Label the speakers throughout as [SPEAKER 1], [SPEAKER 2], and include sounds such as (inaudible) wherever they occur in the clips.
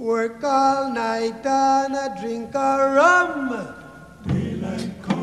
[SPEAKER 1] Work all night and a drink of rum.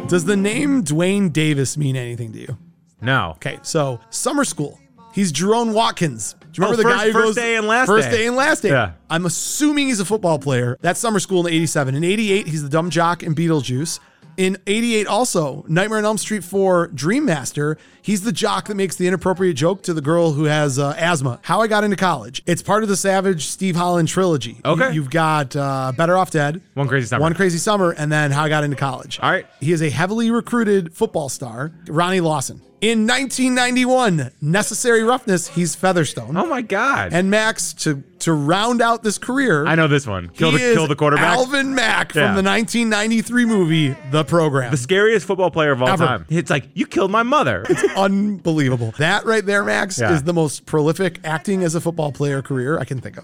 [SPEAKER 2] Does the name Dwayne Davis mean anything to you?
[SPEAKER 3] No.
[SPEAKER 2] Okay, so summer school. He's Jerome Watkins. Do you
[SPEAKER 3] Oh,
[SPEAKER 2] remember the
[SPEAKER 3] first-
[SPEAKER 2] guy who
[SPEAKER 3] first
[SPEAKER 2] goes
[SPEAKER 3] day and last
[SPEAKER 2] first
[SPEAKER 3] day.
[SPEAKER 2] day and last day?
[SPEAKER 3] Yeah.
[SPEAKER 2] I'm assuming he's a football player. That's summer school in '87. In '88, he's the dumb jock in Beetlejuice. In '88, also Nightmare on Elm Street 4, Dream Master. He's the jock that makes the inappropriate joke to the girl who has uh, asthma. How I got into college. It's part of the Savage Steve Holland trilogy.
[SPEAKER 3] Okay.
[SPEAKER 2] you, have got uh, Better Off Dead,
[SPEAKER 3] One Crazy Summer.
[SPEAKER 2] One Crazy Summer, and then How I Got Into College.
[SPEAKER 3] All right.
[SPEAKER 2] He is a heavily recruited football star, Ronnie Lawson. In 1991, Necessary Roughness, he's Featherstone.
[SPEAKER 3] Oh my God.
[SPEAKER 2] And Max, to, to round out this career,
[SPEAKER 3] I know this one. Kill the
[SPEAKER 2] he is
[SPEAKER 3] kill the quarterback.
[SPEAKER 2] Alvin Mack
[SPEAKER 3] Yeah.
[SPEAKER 2] from the 1993 movie The Program.
[SPEAKER 3] the scariest football player of all
[SPEAKER 2] Ever.
[SPEAKER 3] time. It's like you killed my mother.
[SPEAKER 2] Unbelievable. That right there, Max,
[SPEAKER 3] Yeah.
[SPEAKER 2] is the most prolific acting as a football player career I can think of.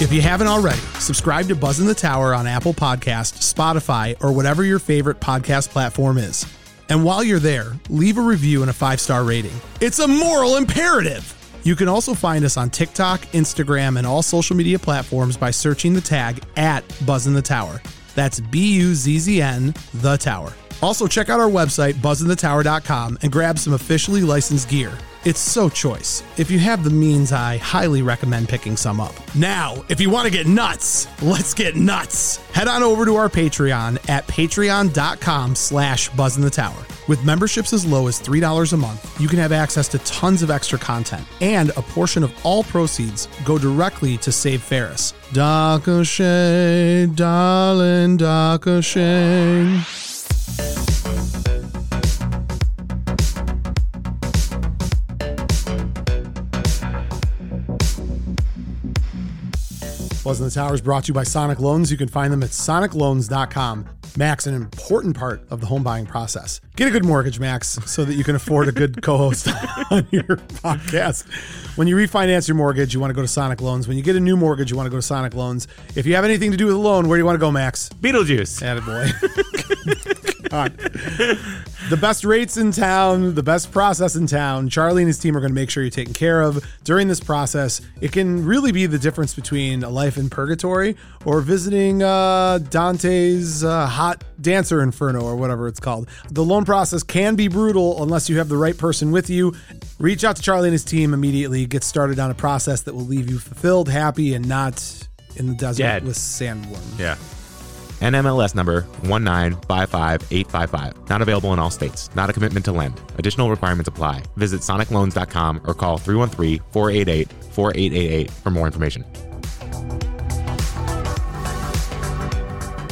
[SPEAKER 2] If you haven't already, subscribe to Buzz in the Tower on Apple Podcast, Spotify, or whatever your favorite podcast platform is. And while you're there, leave a review and a five-star rating. It's a moral imperative. You can also find us on TikTok, Instagram, and all social media platforms by searching the tag at Buzz in the Tower. That's B-U-Z-Z-N, The Tower. Also, check out our website, buzzinthetower.com, and grab some officially licensed gear. It's so choice. If you have the means, I highly recommend picking some up. Now, if you want to get nuts, let's get nuts. Head on over to our Patreon at patreon.com slash buzzinthetower. With memberships as low as $3 a month, you can have access to tons of extra content, and a portion of all proceeds go directly to Save Ferris. Doc O'Shea, darling Doc O'Shea. Buzz in the Tower is brought to you by Sonic Loans. You can find them at sonicloans.com. Max, an important part of the home buying process. Get a good mortgage, Max, so that you can afford a good co host (laughs) on your podcast. When you refinance your mortgage, you want to go to Sonic Loans. When you get a new mortgage, you want to go to Sonic Loans. If you have anything to do with a loan, where do you want to go, Max?
[SPEAKER 3] Beetlejuice.
[SPEAKER 2] Attaboy. (laughs) God. The best rates in town, the best process in town. Charlie and his team are going to make sure you're taken care of during this process. It can really be the difference between a life in purgatory or visiting uh, Dante's uh, Hot Dancer Inferno or whatever it's called. The loan process can be brutal unless you have the right person with you. Reach out to Charlie and his team immediately. Get started on a process that will leave you fulfilled, happy, and not in the desert
[SPEAKER 3] Dead.
[SPEAKER 2] with sandworm.
[SPEAKER 3] Yeah. NMLS number 1955855. Not available in all states. Not a commitment to lend. Additional requirements apply. Visit sonicloans.com or call 313-488-4888 for more information.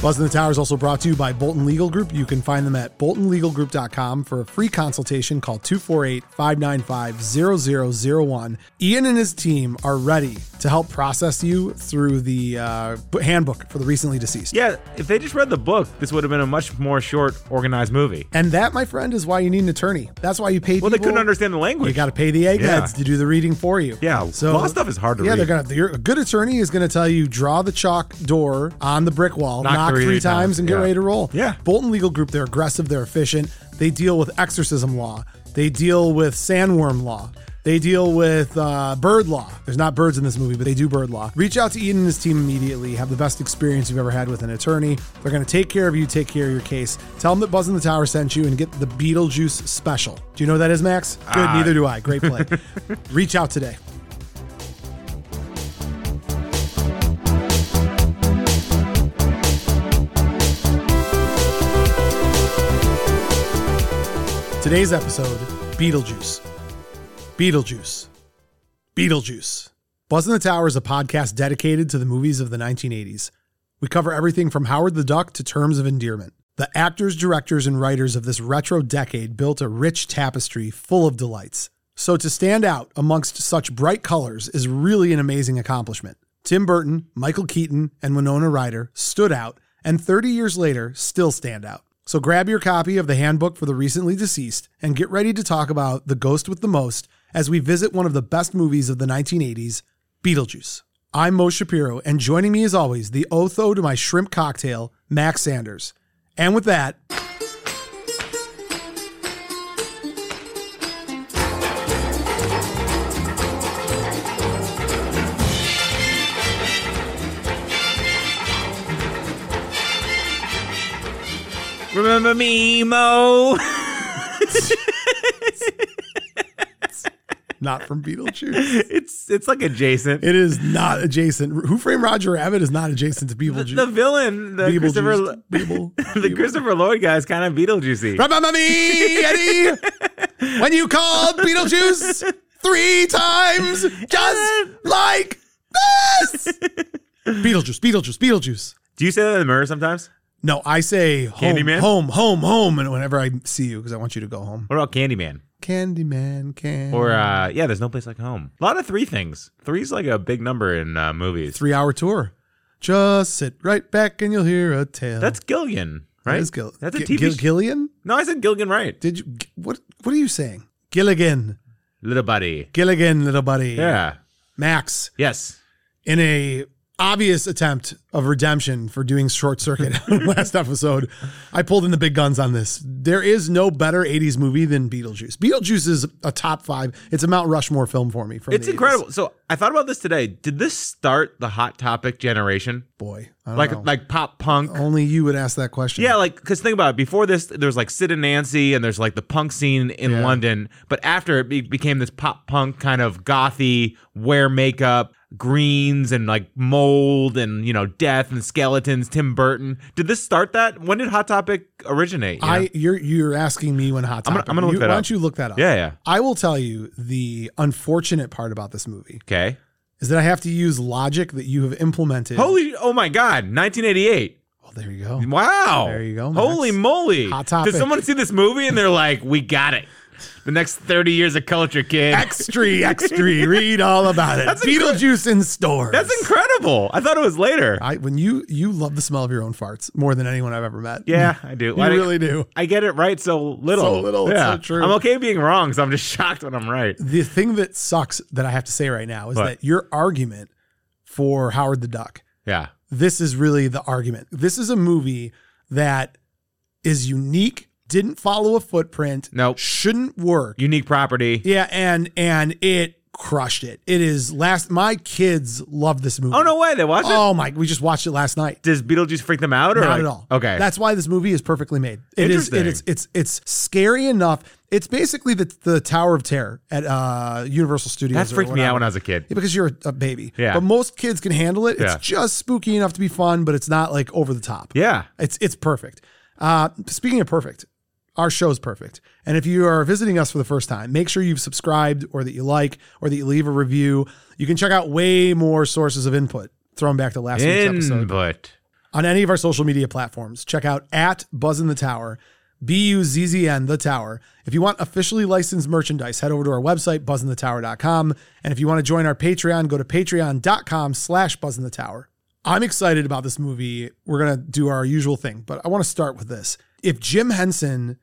[SPEAKER 2] Buzz in the Tower is also brought to you by Bolton Legal Group. You can find them at boltonlegalgroup.com for a free consultation. Call 248 595 0001. Ian and his team are ready to help process you through the uh, handbook for the recently deceased.
[SPEAKER 3] Yeah, if they just read the book, this would have been a much more short, organized movie.
[SPEAKER 2] And that, my friend, is why you need an attorney. That's why you pay
[SPEAKER 3] Well, they couldn't understand the
[SPEAKER 2] You
[SPEAKER 3] language.
[SPEAKER 2] got to pay the eggheads
[SPEAKER 3] Yeah.
[SPEAKER 2] to do the reading for you.
[SPEAKER 3] Yeah, law stuff is hard to
[SPEAKER 2] yeah,
[SPEAKER 3] read.
[SPEAKER 2] they're gonna. Your, a good attorney is gonna tell you draw the chalk door on the brick wall, knock, three, times, and get
[SPEAKER 3] yeah.
[SPEAKER 2] ready to roll.
[SPEAKER 3] Yeah.
[SPEAKER 2] Bolton Legal Group. They're aggressive. They're efficient. They deal with exorcism law. They deal with sandworm law. They deal with uh, bird law. There's not birds in this movie, but they do bird law. Reach out to Ian and his team immediately. Have the best experience you've ever had with an attorney. They're going to take care of you, take care of your case. Tell them that Buzz in the Tower sent you and get the Beetlejuice special. Do you know what that is, Max? Good, neither do I. Great play. Reach out today. Today's episode Beetlejuice. Beetlejuice. Beetlejuice. Buzz in the Tower is a podcast dedicated to the movies of the 1980s. We cover everything from Howard the Duck to Terms of Endearment. The actors, directors, and writers of this retro decade built a rich tapestry full of delights. So to stand out amongst such bright colors is really an amazing accomplishment. Tim Burton, Michael Keaton, and Winona Ryder stood out, and 30 years later, still stand out. So grab your copy of the handbook for the recently deceased and get ready to talk about The Ghost with the Most as we visit one of the best movies of the 1980s, Beetlejuice. I'm Mo Shapiro, and joining me as always, the Otho to my shrimp cocktail, Max Sanders. And with that,
[SPEAKER 4] Remember me, Mo. (laughs)
[SPEAKER 2] not from
[SPEAKER 4] (laughs)
[SPEAKER 2] Beetlejuice.
[SPEAKER 4] it's it's like adjacent.
[SPEAKER 2] It is not adjacent. Who Framed Roger Rabbit is not adjacent to Beetlejuice.
[SPEAKER 4] the villain, the Christopher,
[SPEAKER 2] Beetlejuice. Beetle-
[SPEAKER 4] (laughs) the Christopher Lloyd guy is kind of Beetlejuicy.
[SPEAKER 2] Remember me, Eddie,
[SPEAKER 4] (laughs)
[SPEAKER 2] when you called Beetlejuice three times, just like this. Beetlejuice, Beetlejuice, Beetlejuice.
[SPEAKER 4] Do you say that in the mirror sometimes?
[SPEAKER 2] No, I say home,
[SPEAKER 4] Candyman?
[SPEAKER 2] home, home, home, and whenever I see you, because I want you to go home.
[SPEAKER 4] What about Candyman?
[SPEAKER 2] Candyman, can
[SPEAKER 4] Or uh, yeah, there's no place like home. A lot of three things. Three's like a big number in uh, movies.
[SPEAKER 2] three-hour tour. Just sit right back and you'll hear a tale.
[SPEAKER 4] That's Gilligan, right?
[SPEAKER 2] That is Gil-
[SPEAKER 4] That's a
[SPEAKER 2] Gi-
[SPEAKER 4] TV.
[SPEAKER 2] Gil-
[SPEAKER 4] sh-
[SPEAKER 2] Gillian?
[SPEAKER 4] no, I said Gilligan right.
[SPEAKER 2] Did you what? What are you saying? Gilligan,
[SPEAKER 4] Little buddy.
[SPEAKER 2] Gilligan, little buddy.
[SPEAKER 4] Yeah.
[SPEAKER 2] Max.
[SPEAKER 4] Yes.
[SPEAKER 2] in a obvious attempt of redemption for doing short circuit (laughs) last episode i pulled in the big guns on this there is no better 80s movie than beetlejuice beetlejuice is a top five it's a mount rushmore film for me from
[SPEAKER 4] It's
[SPEAKER 2] the 80s.
[SPEAKER 4] incredible. So I thought about this today. Did this start the hot topic generation?
[SPEAKER 2] boy I don't
[SPEAKER 4] Like
[SPEAKER 2] know.
[SPEAKER 4] like pop punk.
[SPEAKER 2] only you would ask that question
[SPEAKER 4] Yeah, like because think about it. Before this, there's like Sid and Nancy, and there's like the punk scene in
[SPEAKER 2] Yeah.
[SPEAKER 4] London. But after it be- became this pop punk kind of gothy, wear makeup, greens, and like mold, and you know death and skeletons. Tim Burton. Did this start that? When did Hot Topic originate? you know?
[SPEAKER 2] i you're you're asking me when hot
[SPEAKER 4] I'm gonna-
[SPEAKER 2] topic
[SPEAKER 4] I'm gonna look
[SPEAKER 2] you,
[SPEAKER 4] that
[SPEAKER 2] why
[SPEAKER 4] up.
[SPEAKER 2] don't you look that up
[SPEAKER 4] yeah, yeah.
[SPEAKER 2] i will tell you the unfortunate part about this movie
[SPEAKER 4] Okay.
[SPEAKER 2] is that i have to use logic that you have implemented
[SPEAKER 4] Holy! Oh my God! 1988.
[SPEAKER 2] oh there you go
[SPEAKER 4] Wow.
[SPEAKER 2] There you go, Max.
[SPEAKER 4] Holy moly.
[SPEAKER 2] Hot topic.
[SPEAKER 4] Did someone see this movie and they're like, we got it. The next 30 years of culture, kid. (laughs)
[SPEAKER 2] Extra, extra. Read all about it.
[SPEAKER 4] That's incre-
[SPEAKER 2] Beetlejuice in stores.
[SPEAKER 4] That's incredible. I thought it was later.
[SPEAKER 2] I when you you love the smell of your own farts more than anyone I've ever met. (laughs)
[SPEAKER 4] Yeah, I do.
[SPEAKER 2] you
[SPEAKER 4] I,
[SPEAKER 2] really do.
[SPEAKER 4] I get it right so little.
[SPEAKER 2] So little, it's
[SPEAKER 4] Yeah.
[SPEAKER 2] so true.
[SPEAKER 4] I'm okay being wrong, so I'm just (laughs) shocked when I'm right.
[SPEAKER 2] The thing that sucks that I have to say right now is
[SPEAKER 4] What?
[SPEAKER 2] that your argument for Howard the Duck.
[SPEAKER 4] Yeah.
[SPEAKER 2] This is really the argument. This is a movie that is unique, didn't follow a footprint,
[SPEAKER 4] Nope.
[SPEAKER 2] shouldn't work.
[SPEAKER 4] Unique property.
[SPEAKER 2] yeah, and and it crushed it. It is last my kids love this movie.
[SPEAKER 4] Oh no way, they watch it?
[SPEAKER 2] Oh my, we just watched it last night.
[SPEAKER 4] Does Beetlejuice freak them out or
[SPEAKER 2] Not
[SPEAKER 4] like-
[SPEAKER 2] at all.
[SPEAKER 4] Okay.
[SPEAKER 2] That's why this movie is perfectly made. It is. It is.
[SPEAKER 4] Interesting.
[SPEAKER 2] It's. It's scary enough. It's basically the the Tower of Terror at uh, Universal Studios.
[SPEAKER 4] that
[SPEAKER 2] or
[SPEAKER 4] freaked me out
[SPEAKER 2] whatever.
[SPEAKER 4] when I was a kid.
[SPEAKER 2] Yeah, because you're a, a baby.
[SPEAKER 4] Yeah.
[SPEAKER 2] But most kids can handle it. It's
[SPEAKER 4] Yeah.
[SPEAKER 2] just spooky enough to be fun, but it's not like over the top.
[SPEAKER 4] Yeah.
[SPEAKER 2] It's it's perfect. Uh, speaking of perfect, our show's perfect. And if you are visiting us for the first time, make sure you've subscribed or that you like or that you leave a review. You can check out way more sources of input thrown back to last week's episode
[SPEAKER 4] Input.
[SPEAKER 2] on any of our social media platforms. Check out at Buzz in the Tower, B U Z Z N The Tower. If you want officially licensed merchandise, head over to our website, buzzinthetower.com. And if you want to join our Patreon, go to patreon.com slash buzzinthetower. I'm excited about this movie. We're going to do our usual thing, but I want to start with this. If Jim Henson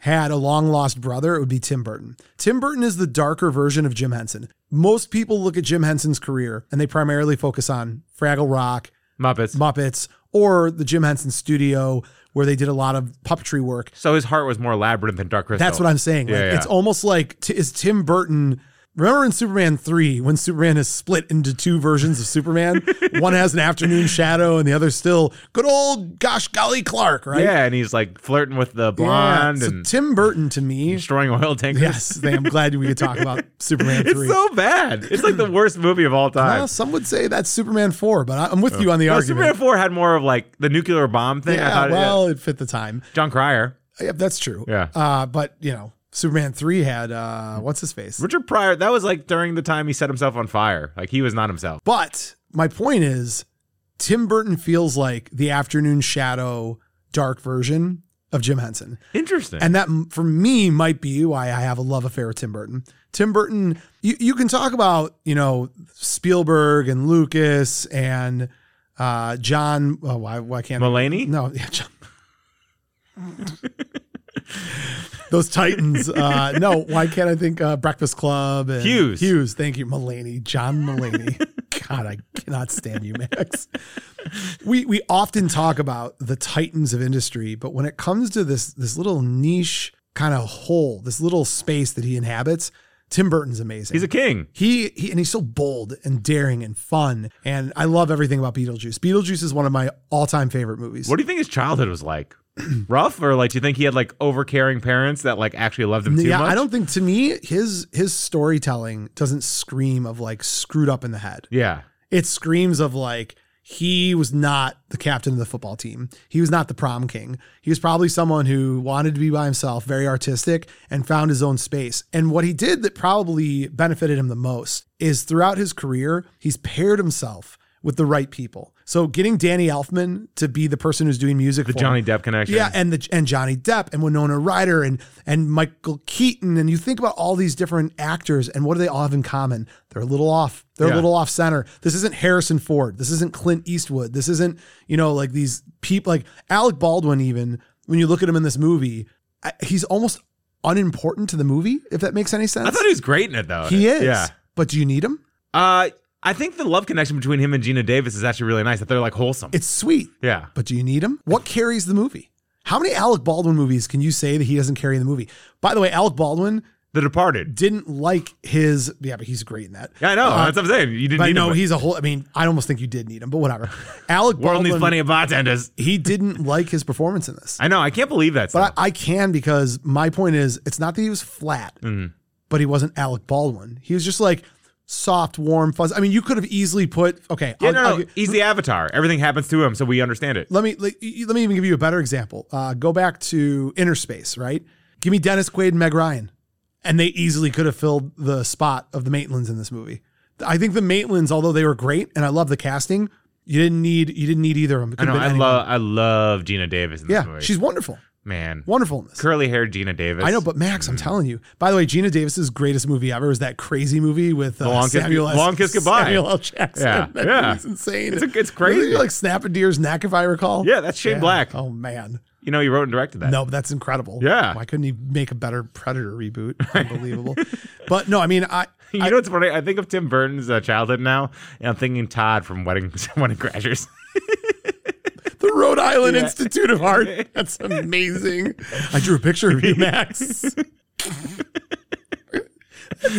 [SPEAKER 2] had a long lost brother, it would be Tim Burton. Tim Burton is the darker version of Jim Henson. Most people look at Jim Henson's career and they primarily focus on Fraggle Rock,
[SPEAKER 4] Muppets.
[SPEAKER 2] Muppets or the Jim Henson Studio where they did a lot of puppetry work.
[SPEAKER 4] so his heart was more labyrinth than Dark Crystal.
[SPEAKER 2] That's what I'm saying. Like,
[SPEAKER 4] Oh. Yeah, yeah.
[SPEAKER 2] It's almost like t- is Tim Burton. Remember in Superman 3 when Superman is split into two versions of
[SPEAKER 4] (laughs)
[SPEAKER 2] Superman? One has an afternoon shadow and the other's still good old gosh golly Clark, right?
[SPEAKER 4] Yeah, and he's like flirting with the
[SPEAKER 2] Yeah.
[SPEAKER 4] blonde
[SPEAKER 2] So
[SPEAKER 4] and
[SPEAKER 2] Tim Burton to me.
[SPEAKER 4] destroying oil tankers.
[SPEAKER 2] (laughs) Yes, I'm glad we could talk about Superman 3.
[SPEAKER 4] (laughs) It's so bad. It's
[SPEAKER 2] (laughs)
[SPEAKER 4] like the worst movie of all time.
[SPEAKER 2] Well, some would say that's Superman 4, but I- I'm with you on the
[SPEAKER 4] Oh. No,
[SPEAKER 2] argument.
[SPEAKER 4] Superman 4 had more of like the nuclear bomb thing. I
[SPEAKER 2] yeah,
[SPEAKER 4] thought, yeah.
[SPEAKER 2] well, it fit the time.
[SPEAKER 4] John Cryer.
[SPEAKER 2] Yeah, that's true.
[SPEAKER 4] Yeah.
[SPEAKER 2] Uh, but you know, Superman three had uh, what's his face.
[SPEAKER 4] Richard Pryor, that was like during the time he set himself on fire. Like he was not himself.
[SPEAKER 2] But my point is, Tim Burton feels like the afternoon shadow, dark version of Jim Henson.
[SPEAKER 4] Interesting.
[SPEAKER 2] And that, m- for me, might be why I have a love affair with Tim Burton. Tim Burton, you, you can talk about, you know, Spielberg and Lucas and uh, John. Oh, why, why can't I-
[SPEAKER 4] Mulaney?
[SPEAKER 2] No, (laughs) yeah, John. Those Titans. Uh, no, why can't I think uh, Breakfast Club? And
[SPEAKER 4] Hughes.
[SPEAKER 2] Hughes. Thank you, Mulaney. John Mulaney. (laughs) God, I cannot stand you, Max. We we often talk about the titans of industry, but when it comes to this this little niche kind of hole, this little space that he inhabits, Tim Burton's amazing.
[SPEAKER 4] He's a king.
[SPEAKER 2] He, he and he's so bold and daring and fun, and I love everything about Beetlejuice. Beetlejuice is one of my all-time favorite movies.
[SPEAKER 4] What do you think his childhood
[SPEAKER 2] (clears throat)
[SPEAKER 4] was like? Rough or like do you think he had like overcaring parents that like actually loved him too
[SPEAKER 2] yeah,
[SPEAKER 4] much?
[SPEAKER 2] I don't think to me his his storytelling doesn't scream of like screwed up in the head.
[SPEAKER 4] Yeah.
[SPEAKER 2] It screams of like he was not the captain of the football team. He was not the prom king. He was probably someone who wanted to be by himself, very artistic, and found his own space. And what he did that probably benefited him the most is throughout his career, he's paired himself with the right people. So getting Danny Elfman to be the person who's doing music
[SPEAKER 4] The
[SPEAKER 2] for him.
[SPEAKER 4] Johnny Depp connection.
[SPEAKER 2] Yeah, and the and Johnny Depp and Winona Ryder and and Michael Keaton and you think about all these different actors and what do they all have in common? They're a little off. They're a
[SPEAKER 4] Yeah.
[SPEAKER 2] little off center. This isn't Harrison Ford. This isn't Clint Eastwood. This isn't you know like these people like Alec Baldwin. Even when you look at him in this movie, I- he's almost unimportant to the movie. If that makes any sense,
[SPEAKER 4] I thought he was great in it though.
[SPEAKER 2] he is.
[SPEAKER 4] Yeah.
[SPEAKER 2] But do you need him?
[SPEAKER 4] Uh I think the love connection between him and Gina Davis is actually really nice. That they're like wholesome.
[SPEAKER 2] It's sweet.
[SPEAKER 4] yeah.
[SPEAKER 2] But do you need him? What carries the movie? How many Alec Baldwin movies can you say that he doesn't carry in the movie? By the way, Alec Baldwin
[SPEAKER 4] The Departed.
[SPEAKER 2] didn't like his. Yeah, but he's great in that.
[SPEAKER 4] Yeah, I know.
[SPEAKER 2] Uh,
[SPEAKER 4] That's what I'm saying. You didn't
[SPEAKER 2] but
[SPEAKER 4] need
[SPEAKER 2] no,
[SPEAKER 4] him.
[SPEAKER 2] he's a whole. I mean, I almost think you did need him, but whatever. Alec
[SPEAKER 4] World needs
[SPEAKER 2] Baldwin.
[SPEAKER 4] plenty of bartenders.
[SPEAKER 2] He didn't (laughs) like his performance in this,
[SPEAKER 4] I know. I can't believe that.
[SPEAKER 2] but
[SPEAKER 4] stuff.
[SPEAKER 2] I, I can because my point is, it's not that he was flat,
[SPEAKER 4] Mm-hmm.
[SPEAKER 2] but he wasn't Alec Baldwin. He was just like soft, warm, fuzz. I mean, you could have easily put okay.
[SPEAKER 4] yeah,
[SPEAKER 2] I'll-
[SPEAKER 4] no, no,
[SPEAKER 2] I'll-
[SPEAKER 4] he's the avatar. Everything happens to him, so we understand it.
[SPEAKER 2] let me let, y- let me even give you a better example. Uh, go back to Inner Space, right? Give me Dennis Quaid and Meg Ryan, and they easily could have filled the spot of the Maitlands in this movie. I think the Maitlands, although they were great and I love the casting, you didn't need you didn't need either of them. It
[SPEAKER 4] I
[SPEAKER 2] could
[SPEAKER 4] know.
[SPEAKER 2] have been anyone.
[SPEAKER 4] I love. I love Gina Davis in this
[SPEAKER 2] Yeah,
[SPEAKER 4] movie.
[SPEAKER 2] she's wonderful,
[SPEAKER 4] man,
[SPEAKER 2] wonderful in this.
[SPEAKER 4] curly haired Gina Davis.
[SPEAKER 2] I know, but Max, I'm
[SPEAKER 4] Mm.
[SPEAKER 2] telling you. By the way, Gina Davis's greatest movie ever is that crazy movie with uh,
[SPEAKER 4] Long Kiss-
[SPEAKER 2] Samuel S-
[SPEAKER 4] Long Kiss Goodbye.
[SPEAKER 2] Samuel L. Jackson.
[SPEAKER 4] Yeah,
[SPEAKER 2] (laughs) That
[SPEAKER 4] yeah.
[SPEAKER 2] movie's insane.
[SPEAKER 4] It's a- it's crazy.
[SPEAKER 2] Wasn't he, like snap a deer's neck, if I recall.
[SPEAKER 4] Yeah, that's Shane Black.
[SPEAKER 2] Oh man,
[SPEAKER 4] you know, he wrote and directed that.
[SPEAKER 2] No, but that's incredible.
[SPEAKER 4] Yeah.
[SPEAKER 2] Why couldn't he make a better Predator reboot?
[SPEAKER 4] (laughs)
[SPEAKER 2] Unbelievable. but no, I mean, I,
[SPEAKER 4] (laughs) You know what's funny? I think of Tim Burton's uh, childhood now, and I'm thinking Todd from Wedding (laughs) Wedding Crashers. (laughs)
[SPEAKER 2] the Rhode Island Institute of Art.
[SPEAKER 4] (laughs)
[SPEAKER 2] That's amazing. I drew a picture of you,
[SPEAKER 4] (laughs)
[SPEAKER 2] Max. That's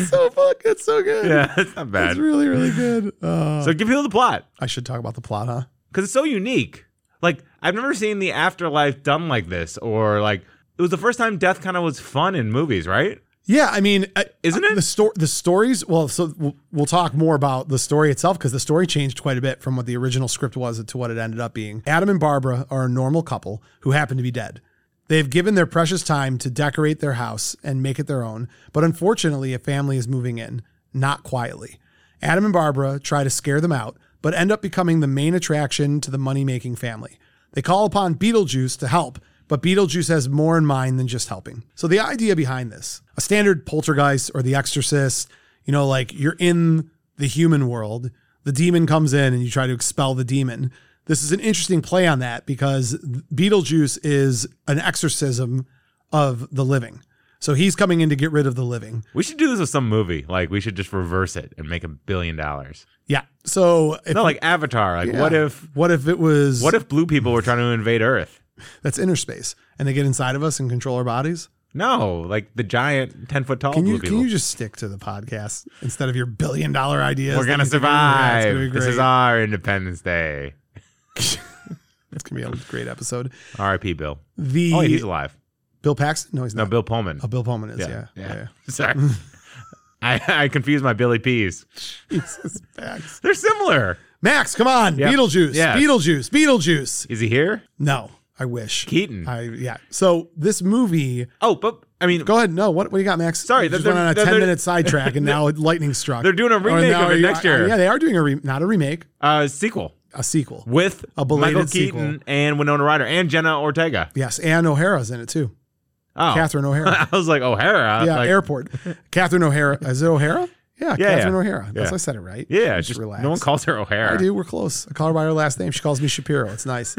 [SPEAKER 2] so fuck. That's so good.
[SPEAKER 4] yeah, that's not
[SPEAKER 2] That's
[SPEAKER 4] bad.
[SPEAKER 2] really, really good. Uh,
[SPEAKER 4] so give people the plot
[SPEAKER 2] I should talk about the plot, huh?
[SPEAKER 4] because it's so unique. Like I've never seen the afterlife done like this, or like it was the first time death kind of was fun in movies, right?
[SPEAKER 2] Yeah, I mean, I-
[SPEAKER 4] Isn't it?
[SPEAKER 2] the story? The stories. Well, so we'll, we'll talk more about the story itself because the story changed quite a bit from what the original script was to what it ended up being. Adam and Barbara are a normal couple who happen to be dead. They've given their precious time to decorate their house and make it their own, but unfortunately, a family is moving in, not quietly. Adam and Barbara try to scare them out, but end up becoming the main attraction to the money making family. They call upon Beetlejuice to help, but Beetlejuice has more in mind than just helping. So, the idea behind this a standard poltergeist or the exorcist, you know, like you're in the human world, the demon comes in and you try to expel the demon. This is an interesting play on that because Beetlejuice is an exorcism of the living. So, he's coming in to get rid of the living.
[SPEAKER 4] We should do this with some movie. Like we should just reverse it and make a billion dollars.
[SPEAKER 2] Yeah. So, if,
[SPEAKER 4] No, like Avatar. Like what if
[SPEAKER 2] what if it was
[SPEAKER 4] what if blue people were trying to invade Earth?
[SPEAKER 2] that's inner space and they get inside of us and control our bodies?
[SPEAKER 4] No, like the giant ten foot tall
[SPEAKER 2] Can
[SPEAKER 4] blue
[SPEAKER 2] you
[SPEAKER 4] people.
[SPEAKER 2] can you just stick to the podcast instead of your billion dollar ideas?
[SPEAKER 4] we're
[SPEAKER 2] that
[SPEAKER 4] gonna
[SPEAKER 2] you think are- yeah, it's
[SPEAKER 4] survive.
[SPEAKER 2] gonna be
[SPEAKER 4] this is
[SPEAKER 2] great.
[SPEAKER 4] our Independence Day.
[SPEAKER 2] It's gonna be a great episode.
[SPEAKER 4] R.I.P. Bill.
[SPEAKER 2] The
[SPEAKER 4] Oh, wait, he's alive.
[SPEAKER 2] Bill Paxton? No, he's
[SPEAKER 4] No,
[SPEAKER 2] not.
[SPEAKER 4] Bill Pullman.
[SPEAKER 2] oh, Bill Pullman is. Yeah, yeah.
[SPEAKER 4] (laughs) Sorry. I, I confused my Billy Peas.
[SPEAKER 2] (laughs) Jesus, Max.
[SPEAKER 4] They're similar.
[SPEAKER 2] Max, come on,
[SPEAKER 4] Yeah.
[SPEAKER 2] Beetlejuice,
[SPEAKER 4] Yeah.
[SPEAKER 2] Beetlejuice, Beetlejuice.
[SPEAKER 4] Is he here?
[SPEAKER 2] No, I wish.
[SPEAKER 4] Keaton.
[SPEAKER 2] I yeah. So this movie.
[SPEAKER 4] oh, but I mean,
[SPEAKER 2] Go ahead. No, what what do you got, Max?
[SPEAKER 4] Sorry,
[SPEAKER 2] You just
[SPEAKER 4] they're-
[SPEAKER 2] went on a
[SPEAKER 4] they're-
[SPEAKER 2] ten minute
[SPEAKER 4] they're-
[SPEAKER 2] sidetrack,
[SPEAKER 4] (laughs)
[SPEAKER 2] and now lightning struck.
[SPEAKER 4] They're doing a
[SPEAKER 2] Or
[SPEAKER 4] remake
[SPEAKER 2] now
[SPEAKER 4] of it
[SPEAKER 2] you-
[SPEAKER 4] next year.
[SPEAKER 2] Yeah, they are doing a re- not a remake,
[SPEAKER 4] uh, sequel
[SPEAKER 2] a sequel.
[SPEAKER 4] with
[SPEAKER 2] A belated
[SPEAKER 4] Michael Keaton
[SPEAKER 2] sequel.
[SPEAKER 4] and Winona Ryder and Jenna Ortega.
[SPEAKER 2] Yes, and O'Hara's in it too.
[SPEAKER 4] Oh,
[SPEAKER 2] Catherine O'Hara.
[SPEAKER 4] (laughs) I was like O'Hara.
[SPEAKER 2] yeah,
[SPEAKER 4] like,
[SPEAKER 2] airport. Catherine O'Hara. Is it O'Hara? Yeah,
[SPEAKER 4] Yeah,
[SPEAKER 2] Catherine
[SPEAKER 4] yeah.
[SPEAKER 2] O'Hara. That's
[SPEAKER 4] Yeah.
[SPEAKER 2] I said it right.
[SPEAKER 4] yeah. Just, no one calls her O'Hara.
[SPEAKER 2] I do. We're close. I call her by her last name. She calls me Shapiro. It's nice.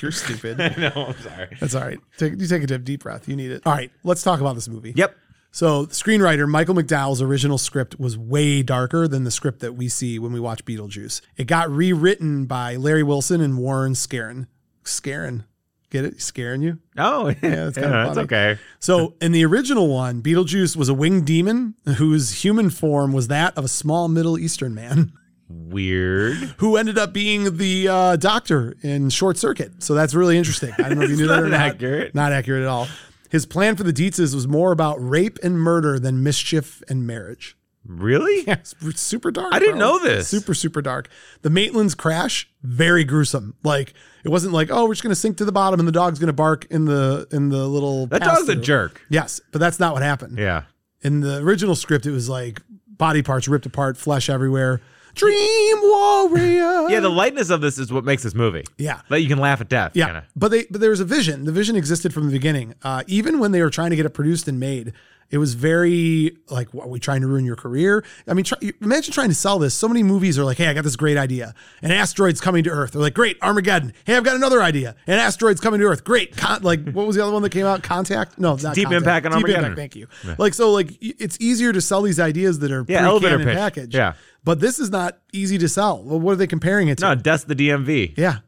[SPEAKER 2] You're stupid.
[SPEAKER 4] (laughs) no, I'm sorry.
[SPEAKER 2] That's all right. Take, you take a deep- deep breath. You need it. All right. Let's talk about this movie.
[SPEAKER 4] Yep.
[SPEAKER 2] So, the screenwriter Michael McDowell's original script was way darker than the script that we see when we watch Beetlejuice. It got rewritten by Larry Wilson and Warren Scarron. Scarron. Get it? Scaring you?
[SPEAKER 4] Oh, yeah,
[SPEAKER 2] that's
[SPEAKER 4] (laughs)
[SPEAKER 2] kinda
[SPEAKER 4] it's
[SPEAKER 2] funny.
[SPEAKER 4] okay.
[SPEAKER 2] So, in the original one, Beetlejuice was a winged demon whose human form was that of a small Middle Eastern man (laughs)
[SPEAKER 4] Weird.
[SPEAKER 2] who ended up being the uh, doctor in Short Circuit. So, that's really interesting. I don't
[SPEAKER 4] (laughs)
[SPEAKER 2] know if you knew that
[SPEAKER 4] not
[SPEAKER 2] or not.
[SPEAKER 4] accurate.
[SPEAKER 2] Not accurate at all. His plan for the Dietzes was more about rape and murder than mischief and marriage.
[SPEAKER 4] Really?
[SPEAKER 2] (laughs) Yeah, it's pr- super dark.
[SPEAKER 4] I didn't
[SPEAKER 2] bro.
[SPEAKER 4] know this.
[SPEAKER 2] Super, super dark. The Maitland's crash, very gruesome. Like it wasn't like, oh, we're just gonna sink to the bottom and the dog's gonna bark in the in the little.
[SPEAKER 4] That dog's a
[SPEAKER 2] pass-through.
[SPEAKER 4] jerk.
[SPEAKER 2] Yes, but that's not what happened.
[SPEAKER 4] Yeah.
[SPEAKER 2] In the original script, it was like body parts ripped apart, flesh everywhere. Dream warrior.
[SPEAKER 4] Yeah, the lightness of this is what makes this movie.
[SPEAKER 2] yeah.
[SPEAKER 4] That you can laugh at death.
[SPEAKER 2] Yeah,
[SPEAKER 4] Kinda.
[SPEAKER 2] but they but there was a vision. The vision existed from the beginning. Uh, even when they were trying to get it produced and made, it was very like, what, are we trying to ruin your career? I mean, try, imagine trying to sell this. So many movies are like, hey, I got this great idea. An asteroid's coming to Earth. They're like, great, Armageddon. Hey, I've got another idea. An asteroid's coming to Earth. Great. Con- like, what was the other one that came out? Contact? No, not
[SPEAKER 4] Deep
[SPEAKER 2] Contact.
[SPEAKER 4] Impact and
[SPEAKER 2] Deep
[SPEAKER 4] Armageddon.
[SPEAKER 2] Impact, thank you. Like, so like, y- it's easier to sell these ideas that are
[SPEAKER 4] Yeah,
[SPEAKER 2] pre-canned
[SPEAKER 4] elevator
[SPEAKER 2] and
[SPEAKER 4] pitch.
[SPEAKER 2] packaged.
[SPEAKER 4] Yeah.
[SPEAKER 2] But this is not easy to sell. Well, what are they comparing it to?
[SPEAKER 4] No, dust the DMV.
[SPEAKER 2] Yeah.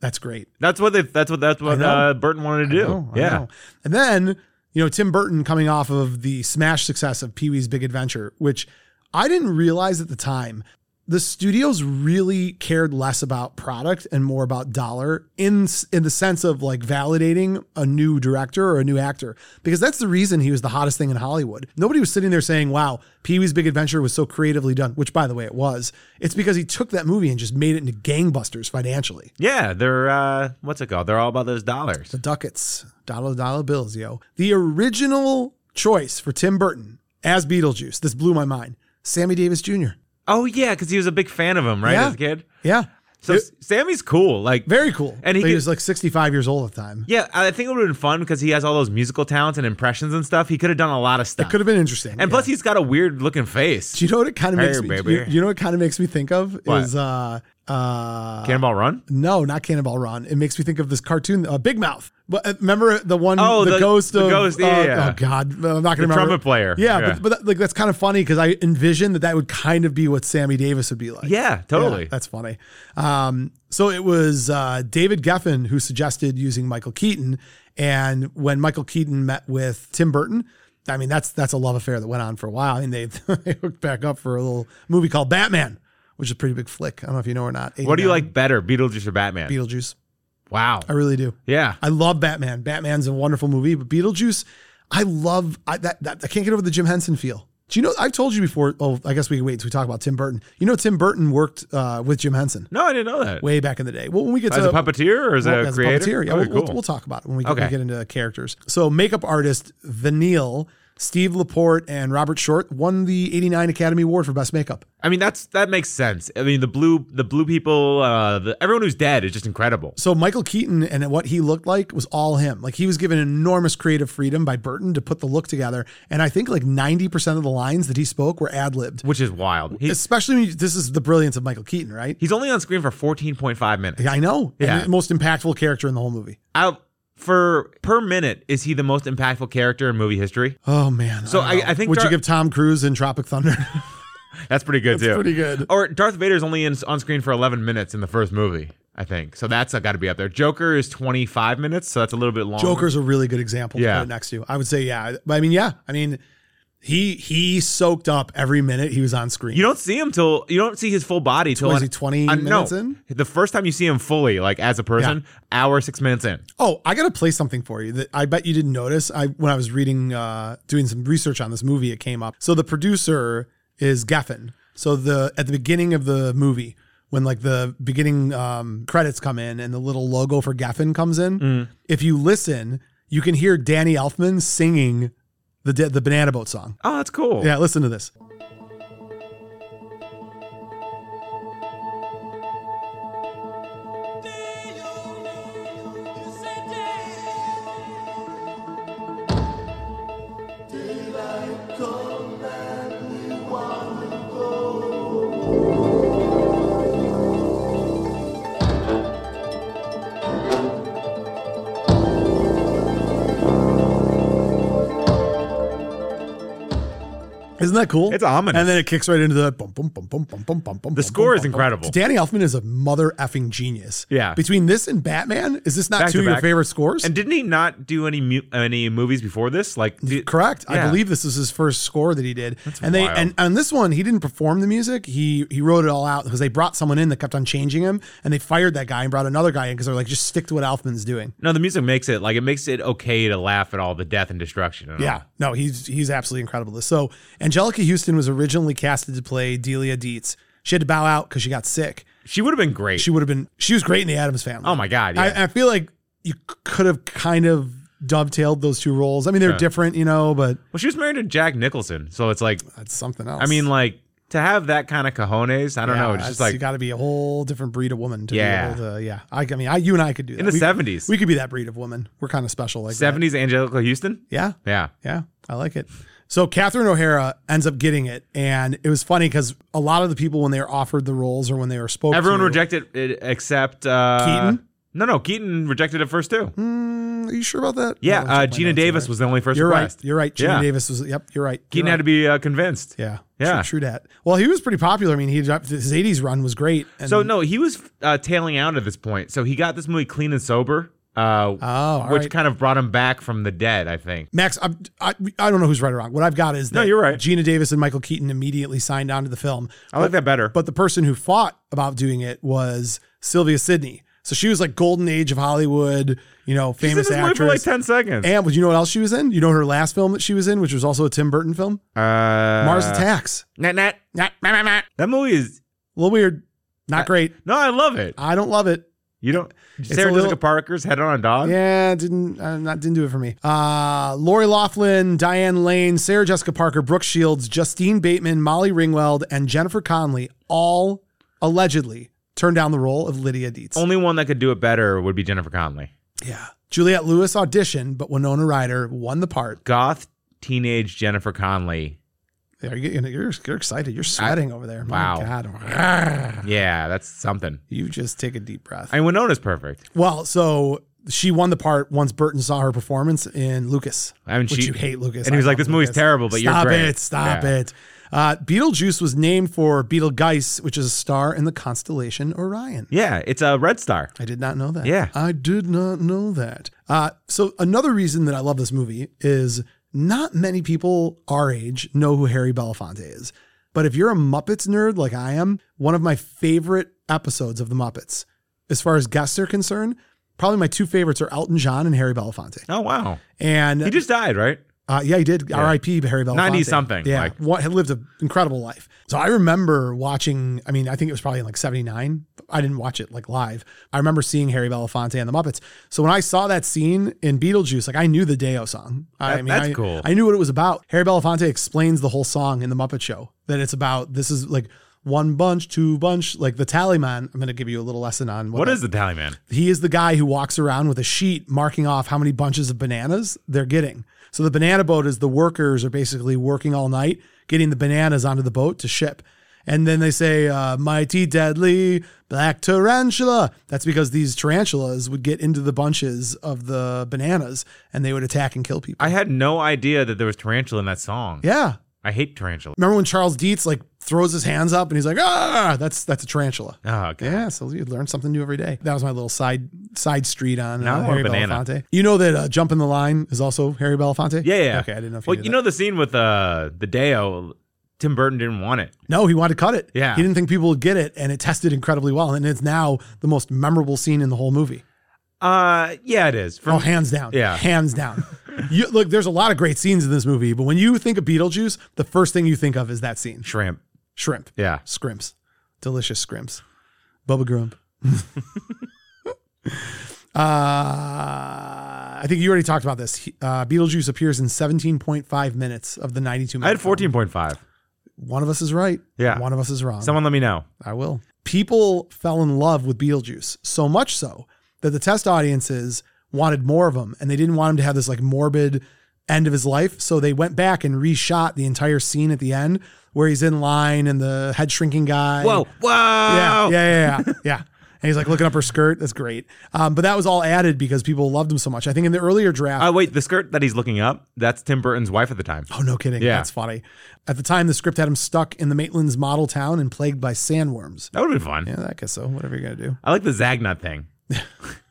[SPEAKER 2] That's great.
[SPEAKER 4] That's what they. That's what. That's what
[SPEAKER 2] know.
[SPEAKER 4] uh, Burton wanted to do.
[SPEAKER 2] know, I
[SPEAKER 4] yeah.
[SPEAKER 2] know. And then, you know, Tim Burton coming off of the smash success of Pee Wee's Big Adventure, which I didn't realize at the time. The studios really cared less about product and more about dollar in in the sense of like validating a new director or a new actor because that's the reason he was the hottest thing in Hollywood. Nobody was sitting there saying, "Wow, Pee Wee's Big Adventure was so creatively done," which by the way it was. It's because he took that movie and just made it into gangbusters financially.
[SPEAKER 4] Yeah, they're uh, what's it called? They're all about those dollars.
[SPEAKER 2] The ducats, dollar dollar bills, yo. The original choice for Tim Burton as Beetlejuice, this blew my mind. Sammy Davis Jr.
[SPEAKER 4] Oh yeah, because he was a big fan of him, right,
[SPEAKER 2] Yeah.
[SPEAKER 4] as a kid.
[SPEAKER 2] Yeah.
[SPEAKER 4] So
[SPEAKER 2] It-
[SPEAKER 4] Sammy's cool. Like
[SPEAKER 2] very cool.
[SPEAKER 4] And
[SPEAKER 2] And
[SPEAKER 4] he
[SPEAKER 2] he,
[SPEAKER 4] could-
[SPEAKER 2] was like 65 years old at the time.
[SPEAKER 4] Yeah, I think it would have been fun because he has all those musical talents and impressions and stuff. He could have done a lot of stuff.
[SPEAKER 2] Could have been interesting.
[SPEAKER 4] and plus, he's got a weird looking face.
[SPEAKER 2] do you know what it kind of
[SPEAKER 4] Hey,
[SPEAKER 2] makes me?
[SPEAKER 4] baby.
[SPEAKER 2] You, you know what kind of makes me think of
[SPEAKER 4] What?
[SPEAKER 2] is uh uh
[SPEAKER 4] Cannonball Run.
[SPEAKER 2] no, not Cannonball Run. It makes me think of this cartoon, uh, Big Mouth. But uh, remember the one,
[SPEAKER 4] Oh,
[SPEAKER 2] the,
[SPEAKER 4] the-
[SPEAKER 2] ghost
[SPEAKER 4] the
[SPEAKER 2] of
[SPEAKER 4] ghost,
[SPEAKER 2] uh,
[SPEAKER 4] yeah, yeah.
[SPEAKER 2] Oh God, I'm not gonna remember.
[SPEAKER 4] trumpet player.
[SPEAKER 2] Yeah,
[SPEAKER 4] Yeah.
[SPEAKER 2] but, but that, like that's kind of funny because I envisioned that that would kind of be what Sammy Davis would be like.
[SPEAKER 4] Yeah, totally.
[SPEAKER 2] Yeah, that's funny. Um, so it was uh, David Geffen who suggested using Michael Keaton, and when Michael Keaton met with Tim Burton, I mean that's that's a love affair that went on for a while, and they (laughs) they hooked back up for a little movie called Batman, which is a pretty big flick. I don't know if you know or not.
[SPEAKER 4] what do
[SPEAKER 2] 89.
[SPEAKER 4] you like better, Beetlejuice or Batman?
[SPEAKER 2] Beetlejuice?
[SPEAKER 4] wow.
[SPEAKER 2] I really do.
[SPEAKER 4] yeah.
[SPEAKER 2] I love Batman. Batman's a wonderful movie, but Beetlejuice, I love I, that, that. I can't get over the Jim Henson feel. Do you know? I've told you before. Oh, I guess we can wait until we talk about Tim Burton. You know, Tim Burton worked uh, with Jim Henson
[SPEAKER 4] No, I didn't know that.
[SPEAKER 2] way back in the day. Well, when we get
[SPEAKER 4] as
[SPEAKER 2] to
[SPEAKER 4] a puppeteer or as
[SPEAKER 2] uh, well,
[SPEAKER 4] a
[SPEAKER 2] as
[SPEAKER 4] creator?
[SPEAKER 2] puppeteer, yeah,
[SPEAKER 4] Oh,
[SPEAKER 2] we'll,
[SPEAKER 4] cool.
[SPEAKER 2] we'll, we'll talk about it when we, get-
[SPEAKER 4] Okay.
[SPEAKER 2] we get into characters. So, makeup artist Vanille, Steve Laporte, and Robert Short won the '89 Academy Award for Best Makeup.
[SPEAKER 4] I mean, that's that makes sense. I mean, the blue, the blue people, uh, the, everyone who's dead is just incredible.
[SPEAKER 2] So Michael Keaton and what he looked like was all him. Like he was given enormous creative freedom by Burton to put the look together, and I think like ninety percent of the lines that he spoke were ad libbed.
[SPEAKER 4] which is wild. He,
[SPEAKER 2] Especially when you, this is the brilliance of Michael Keaton, right?
[SPEAKER 4] he's only on screen for 14.5 minutes.
[SPEAKER 2] Yeah, I know. And
[SPEAKER 4] Yeah.
[SPEAKER 2] the most impactful character in the whole movie.
[SPEAKER 4] I, for per minute, is he the most impactful character in movie history?
[SPEAKER 2] Oh man.
[SPEAKER 4] So
[SPEAKER 2] don't
[SPEAKER 4] I-
[SPEAKER 2] know.
[SPEAKER 4] I think
[SPEAKER 2] would
[SPEAKER 4] Dar-
[SPEAKER 2] you give Tom Cruise in Tropic Thunder?
[SPEAKER 4] That's pretty good too.
[SPEAKER 2] pretty good.
[SPEAKER 4] Or Darth Vader's only in, on screen for 11 minutes in the first movie, I think. So that's got to be up there. Joker is 25 minutes, so that's a little bit long.
[SPEAKER 2] Joker's a really good example
[SPEAKER 4] Yeah.
[SPEAKER 2] to put it next to. I would say yeah. But I mean yeah. I mean he he soaked up every minute he was on screen.
[SPEAKER 4] You don't see him till you don't see his full body till
[SPEAKER 2] What is
[SPEAKER 4] an-
[SPEAKER 2] he, 20
[SPEAKER 4] uh,
[SPEAKER 2] minutes
[SPEAKER 4] no,
[SPEAKER 2] in?
[SPEAKER 4] The first time you see him fully, like as a person, hour six minutes in.
[SPEAKER 2] Oh, I gotta play something for you that I bet you didn't notice. I when I was reading, uh, doing some research on this movie, it came up. So the producer is Geffen. So the at the beginning of the movie, when like the beginning um, credits come in and the little logo for Geffen comes in,
[SPEAKER 4] Mm.
[SPEAKER 2] if you listen, you can hear Danny Elfman singing the the Banana Boat song.
[SPEAKER 4] Oh, that's cool.
[SPEAKER 2] Yeah, listen to this. Isn't that cool?
[SPEAKER 4] It's ominous.
[SPEAKER 2] And then it kicks right into the bum bum bum bum bum bum bum. bum,
[SPEAKER 4] The score
[SPEAKER 2] bum,
[SPEAKER 4] is
[SPEAKER 2] bum, bum.
[SPEAKER 4] incredible.
[SPEAKER 2] Danny Elfman is a mother effing genius.
[SPEAKER 4] Yeah.
[SPEAKER 2] Between this and Batman, is this not
[SPEAKER 4] Back
[SPEAKER 2] two
[SPEAKER 4] to
[SPEAKER 2] of your
[SPEAKER 4] back.
[SPEAKER 2] favorite scores?
[SPEAKER 4] And didn't he not do any mu- any movies before this? Like, did-
[SPEAKER 2] Correct. I
[SPEAKER 4] Yeah.
[SPEAKER 2] believe this is his first score that he did. and they
[SPEAKER 4] wild.
[SPEAKER 2] and on this one, he didn't perform the music. He he wrote it all out because they brought someone in that kept on changing him, and they fired that guy and brought another guy in because they're like, just stick to what Elfman's doing.
[SPEAKER 4] no, the music makes it like it makes it okay to laugh at all the death and destruction. And
[SPEAKER 2] Yeah, no, he's he's absolutely incredible. So Angelica Houston was originally casted to play Delia Dietz. She had to bow out because she got sick.
[SPEAKER 4] all. she would have been great.
[SPEAKER 2] She would have been. She was great in the Adams Family.
[SPEAKER 4] oh my god, yeah.
[SPEAKER 2] I, I feel like you c- could have kind of dovetailed those two roles. I mean, they're different, you know, but
[SPEAKER 4] well, she was married to Jack Nicholson, so it's like
[SPEAKER 2] that's something else.
[SPEAKER 4] I mean, like to have that kind of cojones. I don't know. It's just
[SPEAKER 2] you
[SPEAKER 4] like
[SPEAKER 2] got to be a whole different breed of woman to
[SPEAKER 4] Yeah.
[SPEAKER 2] be able to. Yeah, I, I mean, I, you and I could do that
[SPEAKER 4] in the
[SPEAKER 2] We-
[SPEAKER 4] seventies,
[SPEAKER 2] We could be that breed of woman. We're kind of special, like that.
[SPEAKER 4] seventies Angelica Houston.
[SPEAKER 2] Yeah,
[SPEAKER 4] Yeah,
[SPEAKER 2] yeah, I like it. So Catherine O'Hara ends up getting it, and it was funny because a lot of the people when they were offered the roles or when they were spoken,
[SPEAKER 4] everyone
[SPEAKER 2] to,
[SPEAKER 4] rejected it except uh,
[SPEAKER 2] Keaton?
[SPEAKER 4] No, no, Keaton rejected it first too.
[SPEAKER 2] Mm, are you sure about that?
[SPEAKER 4] Yeah,
[SPEAKER 2] Hold on,
[SPEAKER 4] uh,
[SPEAKER 2] check my
[SPEAKER 4] Gina
[SPEAKER 2] notes here.
[SPEAKER 4] Davis was the only first
[SPEAKER 2] You're right.
[SPEAKER 4] request.
[SPEAKER 2] You're right. Gina
[SPEAKER 4] Yeah.
[SPEAKER 2] Davis was. Yep. You're right.
[SPEAKER 4] Keaton
[SPEAKER 2] you're
[SPEAKER 4] had to be uh, convinced.
[SPEAKER 2] Yeah.
[SPEAKER 4] Yeah.
[SPEAKER 2] True, true dat. Well, he was pretty popular. I mean, he his '80s run was great. And,
[SPEAKER 4] So no, he was uh, tailing out at this point. So he got this movie Clean and Sober, uh,
[SPEAKER 2] Oh, all
[SPEAKER 4] which
[SPEAKER 2] right.
[SPEAKER 4] kind of brought him back from the dead. I think.
[SPEAKER 2] Max, I, I I don't know who's right or wrong. What I've got is that
[SPEAKER 4] No, you're right.
[SPEAKER 2] Gina Davis and Michael Keaton immediately signed on to the film,
[SPEAKER 4] I like that better.
[SPEAKER 2] but the person who fought about doing it was Sylvia Sidney. So she was like golden age of Hollywood, you know,
[SPEAKER 4] He's in
[SPEAKER 2] famous
[SPEAKER 4] this movie for like
[SPEAKER 2] actress.
[SPEAKER 4] ten seconds.
[SPEAKER 2] and would you know what else she was in? You know her last film that she was in, which was also a Tim Burton film,
[SPEAKER 4] uh,
[SPEAKER 2] Mars Attacks.
[SPEAKER 4] Nat, nat, nat, nat, nat, nat. That movie is
[SPEAKER 2] A little weird, not
[SPEAKER 4] Uh,
[SPEAKER 2] great.
[SPEAKER 4] no, I love it.
[SPEAKER 2] I don't love it.
[SPEAKER 4] You don't
[SPEAKER 2] Uh, a
[SPEAKER 4] Sarah
[SPEAKER 2] little-
[SPEAKER 4] Jessica Parker's head on a dog.
[SPEAKER 2] Yeah, didn't uh, not didn't do it for me. Uh, Lori Laughlin, Diane Lane, Sarah Jessica Parker, Brooke Shields, Justine Bateman, Molly Ringwald, and Jennifer Conley all allegedly turned down the role of Lydia Dietz.
[SPEAKER 4] Only one that could do it better would be Jennifer Connelly.
[SPEAKER 2] yeah, Juliette Lewis auditioned, but Winona Ryder won the part.
[SPEAKER 4] Goth teenage Jennifer
[SPEAKER 2] (sighs)
[SPEAKER 4] Connelly.
[SPEAKER 2] There, you get- you're, you're excited. You're sweating over there. My
[SPEAKER 4] wow. (laughs)
[SPEAKER 2] God.
[SPEAKER 4] Yeah, that's something.
[SPEAKER 2] You just take a deep breath.
[SPEAKER 4] I mean, Winona's perfect.
[SPEAKER 2] well, so she won the part once Burton saw her performance in Lucas.
[SPEAKER 4] I mean,
[SPEAKER 2] Which
[SPEAKER 4] she-
[SPEAKER 2] you hate Lucas.
[SPEAKER 4] and he was
[SPEAKER 2] I
[SPEAKER 4] like,
[SPEAKER 2] love
[SPEAKER 4] "This movie's
[SPEAKER 2] Lucas."
[SPEAKER 4] terrible, but you're
[SPEAKER 2] stop
[SPEAKER 4] great."
[SPEAKER 2] it, stop
[SPEAKER 4] Yeah.
[SPEAKER 2] it." Uh, Beetlejuice was named for Betelgeuse, which is a star in the constellation Orion.
[SPEAKER 4] Yeah, it's a red star.
[SPEAKER 2] I did not know that.
[SPEAKER 4] Yeah.
[SPEAKER 2] I did not know that. Uh, so another reason that I love this movie is not many people our age know who Harry Belafonte is. But if you're a Muppets nerd like I am, one of my favorite episodes of the Muppets, as far as guests are concerned, probably my two favorites are Elton John and Harry Belafonte.
[SPEAKER 4] Oh wow,
[SPEAKER 2] And
[SPEAKER 4] he just died, right?
[SPEAKER 2] uh, yeah, he did. R.I.P. Harry Belafonte.
[SPEAKER 4] 90-something,
[SPEAKER 2] Yeah,
[SPEAKER 4] like-
[SPEAKER 2] what, had lived an incredible life. So I remember watching. I mean, I think it was probably in like '79. I didn't watch it like live. I remember seeing Harry Belafonte and the Muppets. So when I saw that scene in Beetlejuice, like I knew the Deo song. I
[SPEAKER 4] That- that's
[SPEAKER 2] I,
[SPEAKER 4] cool.
[SPEAKER 2] I knew what it was about. Harry Belafonte explains the whole song in the Muppet Show that it's about. This is like one bunch, two bunch, like the Tallyman. I'm going to give you a little lesson on
[SPEAKER 4] What
[SPEAKER 2] that-
[SPEAKER 4] is the tally man?
[SPEAKER 2] he is the guy who walks around with a sheet marking off how many bunches of bananas they're getting. So the banana boat is the workers are basically working all night getting the bananas onto the boat to ship. And then they say, uh, mighty deadly black tarantula. That's because these tarantulas would get into the bunches of the bananas and they would attack and kill people.
[SPEAKER 4] I had no idea that there was tarantula in that song.
[SPEAKER 2] yeah.
[SPEAKER 4] I hate tarantula.
[SPEAKER 2] Remember when Charles Dietz like throws his hands up and he's like, ah, that's that's a tarantula.
[SPEAKER 4] Oh god.
[SPEAKER 2] Yeah, so you learn something new every day. That was my little side side street on
[SPEAKER 4] Now I
[SPEAKER 2] uh,
[SPEAKER 4] want
[SPEAKER 2] Harry
[SPEAKER 4] a banana.
[SPEAKER 2] Belafonte. You know that uh, "Jump in the Line" is also Harry Belafonte.
[SPEAKER 4] Yeah, yeah.
[SPEAKER 2] Okay, I didn't know. If
[SPEAKER 4] well,
[SPEAKER 2] you,
[SPEAKER 4] you,
[SPEAKER 2] knew
[SPEAKER 4] know the scene with uh the Deo. Tim Burton didn't want it.
[SPEAKER 2] that. no, he wanted to cut it.
[SPEAKER 4] Yeah.
[SPEAKER 2] he didn't think people would get it, and it tested incredibly well, and it's now the most memorable scene in the whole movie.
[SPEAKER 4] Uh, yeah, it is. From
[SPEAKER 2] Oh, hands down.
[SPEAKER 4] Yeah.
[SPEAKER 2] hands down. (laughs) you look. There's a lot of great scenes in this movie, but when you think of Beetlejuice, the first thing you think of is that scene:
[SPEAKER 4] shrimp.
[SPEAKER 2] shrimp,
[SPEAKER 4] Yeah.
[SPEAKER 2] scrimps, delicious scrimps. Bubba Grump. (laughs) uh, I think you already talked about this. He- Uh, Beetlejuice appears in 17.5 minutes of the 92 minutes.
[SPEAKER 4] I had 14.5.
[SPEAKER 2] One of us is right.
[SPEAKER 4] Yeah.
[SPEAKER 2] One of us is wrong.
[SPEAKER 4] Someone let me know.
[SPEAKER 2] I will. People fell in love with Beetlejuice so much so that the test audiences wanted more of him and they didn't want him to have this like morbid end of his life. So they went back and reshot the entire scene at the end where he's in line and the head shrinking guy.
[SPEAKER 4] Whoa. Whoa.
[SPEAKER 2] Yeah, yeah, yeah, yeah.
[SPEAKER 4] (laughs)
[SPEAKER 2] yeah. And he's like looking up her skirt. That's great. Um, but that was all added because people loved him so much. I think in the earlier draft.
[SPEAKER 4] Oh, wait. The skirt that he's looking up, that's Tim Burton's wife at the time.
[SPEAKER 2] (laughs) oh, no kidding.
[SPEAKER 4] Yeah.
[SPEAKER 2] That's funny. At the time, the script had him stuck in the Maitland's model town and plagued by sandworms.
[SPEAKER 4] That would have been fun.
[SPEAKER 2] Yeah, I guess so. Whatever you're going to do.
[SPEAKER 4] I like the
[SPEAKER 2] (laughs)
[SPEAKER 4] Zagnut thing.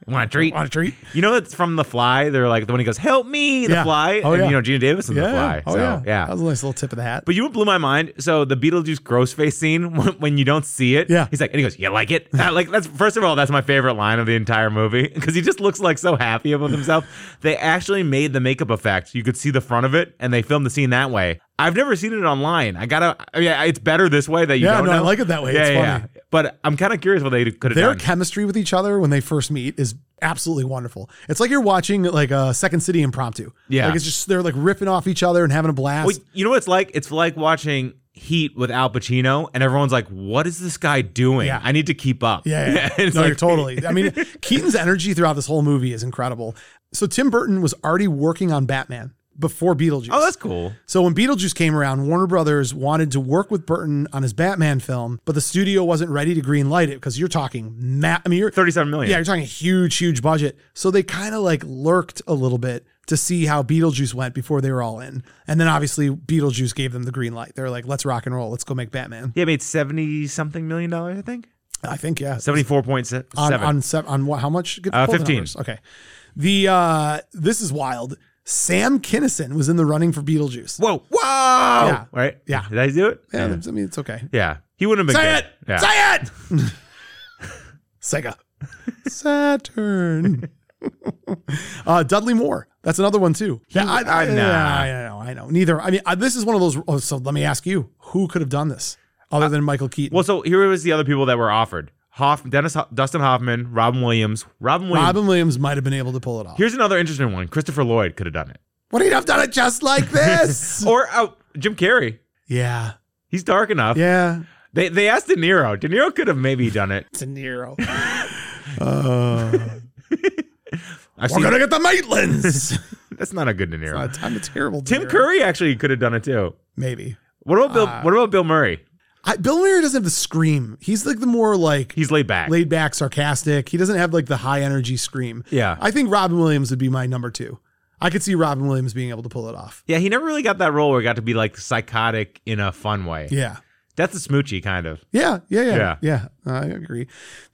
[SPEAKER 4] Want a treat?
[SPEAKER 2] Want a treat?
[SPEAKER 4] You know, it's from The Fly. They're like, the one he goes, help me, The
[SPEAKER 2] Yeah.
[SPEAKER 4] Fly.
[SPEAKER 2] Oh,
[SPEAKER 4] and,
[SPEAKER 2] yeah.
[SPEAKER 4] you know, Gina Davis in The
[SPEAKER 2] Yeah.
[SPEAKER 4] Fly.
[SPEAKER 2] Oh,
[SPEAKER 4] so,
[SPEAKER 2] yeah.
[SPEAKER 4] yeah.
[SPEAKER 2] That was a nice little tip of the hat.
[SPEAKER 4] But you know what blew my mind? So the Beetlejuice gross face scene (laughs) when, when you don't see it,
[SPEAKER 2] Yeah.
[SPEAKER 4] he's like, and he goes, "You like it?" Uh, like that's first of all, that's my favorite line of the entire movie (laughs) because he just looks like so happy
[SPEAKER 2] (laughs)
[SPEAKER 4] about himself. they actually made the makeup effect; you could see the front of it, and they filmed the scene that way. I've never seen it online. I gotta, I mean, it's better this way that you
[SPEAKER 2] Yeah,
[SPEAKER 4] don't
[SPEAKER 2] no, I
[SPEAKER 4] know.
[SPEAKER 2] like it that way.
[SPEAKER 4] Yeah,
[SPEAKER 2] It's
[SPEAKER 4] yeah,
[SPEAKER 2] funny.
[SPEAKER 4] yeah. But I'm kind of curious what they could have
[SPEAKER 2] Their
[SPEAKER 4] done.
[SPEAKER 2] chemistry with each other when they first meet is absolutely wonderful. It's like you're watching like a Second City impromptu.
[SPEAKER 4] Yeah.
[SPEAKER 2] Like it's just they're like riffing off each other and having a blast.
[SPEAKER 4] Well, you know what it's like? It's like watching Heat with Al Pacino, and everyone's like, "What is this guy doing?
[SPEAKER 2] Yeah.
[SPEAKER 4] I need to keep up."
[SPEAKER 2] Yeah, yeah.
[SPEAKER 4] And (laughs) it's
[SPEAKER 2] no,
[SPEAKER 4] like-
[SPEAKER 2] you're totally. I mean,
[SPEAKER 4] (laughs)
[SPEAKER 2] Keaton's energy throughout this whole movie is incredible. So Tim Burton was already working on Batman before Beetlejuice.
[SPEAKER 4] Oh, that's cool.
[SPEAKER 2] so when Beetlejuice came around, Warner Brothers wanted to work with Burton on his Batman film, but the studio wasn't ready to green light it because you're talking, ma- I mean, you're
[SPEAKER 4] 37 million.
[SPEAKER 2] Yeah, you're talking huge, huge budget. So they kind of like lurked a little bit to see how Beetlejuice went before they were all in. And then obviously Beetlejuice gave them the green light. They're like, let's rock and roll. Let's go make Batman.
[SPEAKER 4] Yeah, it made 70 something million dollars, I think.
[SPEAKER 2] I think, yeah.
[SPEAKER 4] 74.7.
[SPEAKER 2] on on, sev- on what? How much? Get-
[SPEAKER 4] Uh,
[SPEAKER 2] pull the
[SPEAKER 4] 15.
[SPEAKER 2] numbers. Okay. The uh this is wild. Sam Kinison was in the running for Beetlejuice.
[SPEAKER 4] Whoa. Whoa.
[SPEAKER 2] Yeah.
[SPEAKER 4] Right?
[SPEAKER 2] Yeah.
[SPEAKER 4] Did I do it?
[SPEAKER 2] Yeah, I mean it's okay.
[SPEAKER 4] Yeah. He wouldn't have been
[SPEAKER 2] Say
[SPEAKER 4] good.
[SPEAKER 2] it.
[SPEAKER 4] Yeah.
[SPEAKER 2] Say it. (laughs)
[SPEAKER 4] (laughs)
[SPEAKER 2] Sega. Saturn. uh, Dudley Moore. That's another one too. Yeah, I, I,
[SPEAKER 4] uh, nah.
[SPEAKER 2] I, know. I know. Neither. I mean, I, this is one of those. Oh, so let me ask you: Who could have done this other than Michael Keaton?
[SPEAKER 4] Uh, Well, so here was the other people that were offered. Hoff, Dennis, Ho- Dustin Hoffman, Robin Williams, Robin Williams.
[SPEAKER 2] Robin Williams might have been able to pull it off.
[SPEAKER 4] Here's another interesting one. Christopher Lloyd could
[SPEAKER 2] (laughs)
[SPEAKER 4] have done it.
[SPEAKER 2] Would he have done it just
[SPEAKER 4] (laughs)
[SPEAKER 2] like this?
[SPEAKER 4] Or oh, Jim Carrey.
[SPEAKER 2] yeah.
[SPEAKER 4] He's dark enough.
[SPEAKER 2] Yeah.
[SPEAKER 4] They they asked De Niro. De Niro could have maybe done it.
[SPEAKER 2] (laughs) De Niro. Uh, we're
[SPEAKER 4] I've seen,
[SPEAKER 2] gonna get the (laughs) Maitlands.
[SPEAKER 4] that's not a good De Niro.
[SPEAKER 2] Uh, I'm a terrible. De
[SPEAKER 4] Tim
[SPEAKER 2] Niro. Uh,
[SPEAKER 4] Curry actually could have done it too.
[SPEAKER 2] Maybe.
[SPEAKER 4] What about Bill? what about Bill Murray?
[SPEAKER 2] I, Bill Murray doesn't have the scream. He's like the more like
[SPEAKER 4] He's laid back.
[SPEAKER 2] laid back, sarcastic. He doesn't have like the high energy scream.
[SPEAKER 4] Yeah.
[SPEAKER 2] I think Robin Williams would be my number two. I could see Robin Williams being able to pull it off.
[SPEAKER 4] Yeah, he never really got that role where he got to be like psychotic in a fun way.
[SPEAKER 2] Yeah.
[SPEAKER 4] That's a smoochie kind of.
[SPEAKER 2] Yeah, yeah, yeah, yeah.
[SPEAKER 4] Yeah.
[SPEAKER 2] I agree.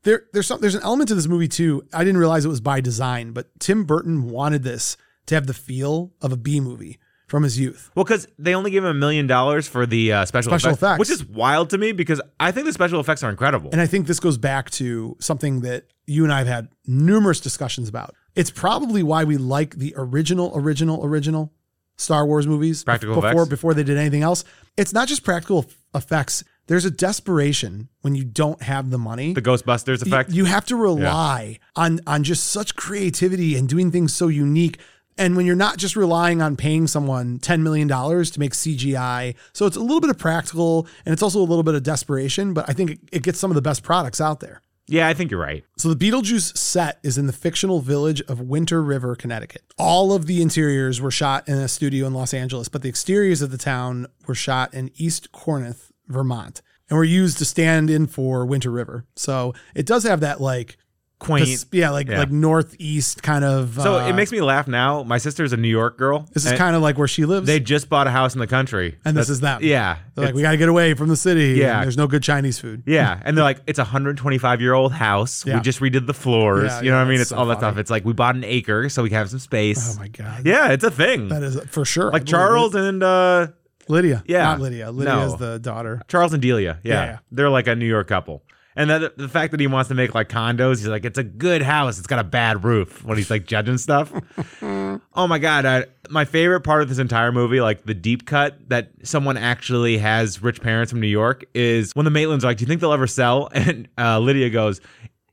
[SPEAKER 2] There, there's some, there's an element to this movie too. I didn't realize it was by design, but Tim Burton wanted this to have the feel of a B movie from his youth.
[SPEAKER 4] Well, because they only gave him a million dollars for the uh, special,
[SPEAKER 2] Special effects.
[SPEAKER 4] which is wild to me because I think the special effects are incredible.
[SPEAKER 2] And I think this goes back to something that you and I have had numerous discussions about. It's probably why we like the original, original, original Star Wars movies
[SPEAKER 4] Practical
[SPEAKER 2] before
[SPEAKER 4] effects?
[SPEAKER 2] before they did anything else. It's not just practical effects. There's a desperation when you don't have the money.
[SPEAKER 4] the Ghostbusters
[SPEAKER 2] You-
[SPEAKER 4] effect.
[SPEAKER 2] You, have to rely on on just such creativity and doing things so unique. And when you're not just relying on paying someone $10 million to make CGI, so it's a little bit of practical and it's also a little bit of desperation, but I think it, it gets some of the best products out there.
[SPEAKER 4] yeah, I think you're right.
[SPEAKER 2] So the Beetlejuice set is in the fictional village of Winter River, Connecticut. All of the interiors were shot in a studio in Los Angeles, but the exteriors of the town were shot in East Corneth, Vermont, and were used to stand in for Winter River. So it does have that like
[SPEAKER 4] Quaint.
[SPEAKER 2] yeah, like
[SPEAKER 4] Yeah.
[SPEAKER 2] like northeast kind of.
[SPEAKER 4] So
[SPEAKER 2] uh,
[SPEAKER 4] it makes me laugh now. My sister's a New York girl.
[SPEAKER 2] this is
[SPEAKER 4] and
[SPEAKER 2] kind of like where she lives.
[SPEAKER 4] They just bought a house in the country.
[SPEAKER 2] and this
[SPEAKER 4] That's-
[SPEAKER 2] is them.
[SPEAKER 4] yeah,
[SPEAKER 2] They're like
[SPEAKER 4] It's-
[SPEAKER 2] we got to get away from the city.
[SPEAKER 4] Yeah.
[SPEAKER 2] and there's no good Chinese food.
[SPEAKER 4] yeah, and they're like, it's a 125 year old house.
[SPEAKER 2] Yeah.
[SPEAKER 4] We just redid the floors.
[SPEAKER 2] Yeah,
[SPEAKER 4] you know
[SPEAKER 2] yeah,
[SPEAKER 4] what I mean?
[SPEAKER 2] that's
[SPEAKER 4] It's
[SPEAKER 2] so
[SPEAKER 4] all that
[SPEAKER 2] funny.
[SPEAKER 4] stuff. It's like we bought an acre so we can have some space.
[SPEAKER 2] Oh my god.
[SPEAKER 4] yeah, it's a thing.
[SPEAKER 2] That is for sure. I
[SPEAKER 4] like
[SPEAKER 2] believe it.
[SPEAKER 4] Charles and uh,
[SPEAKER 2] Lydia.
[SPEAKER 4] Yeah.
[SPEAKER 2] Not Lydia. Lydia
[SPEAKER 4] No.
[SPEAKER 2] is the daughter.
[SPEAKER 4] Charles and Delia. Yeah.
[SPEAKER 2] Yeah, yeah.
[SPEAKER 4] They're like a New York couple. And that the fact that he wants to make like condos, he's like, it's a good house. It's got a bad roof when he's like
[SPEAKER 2] (laughs)
[SPEAKER 4] judging stuff. oh my God. I, my favorite part of this entire movie, like the deep cut that someone actually has rich parents from New York, is when the Maitlands are like, do you think they'll ever sell? (laughs) And uh, Lydia goes,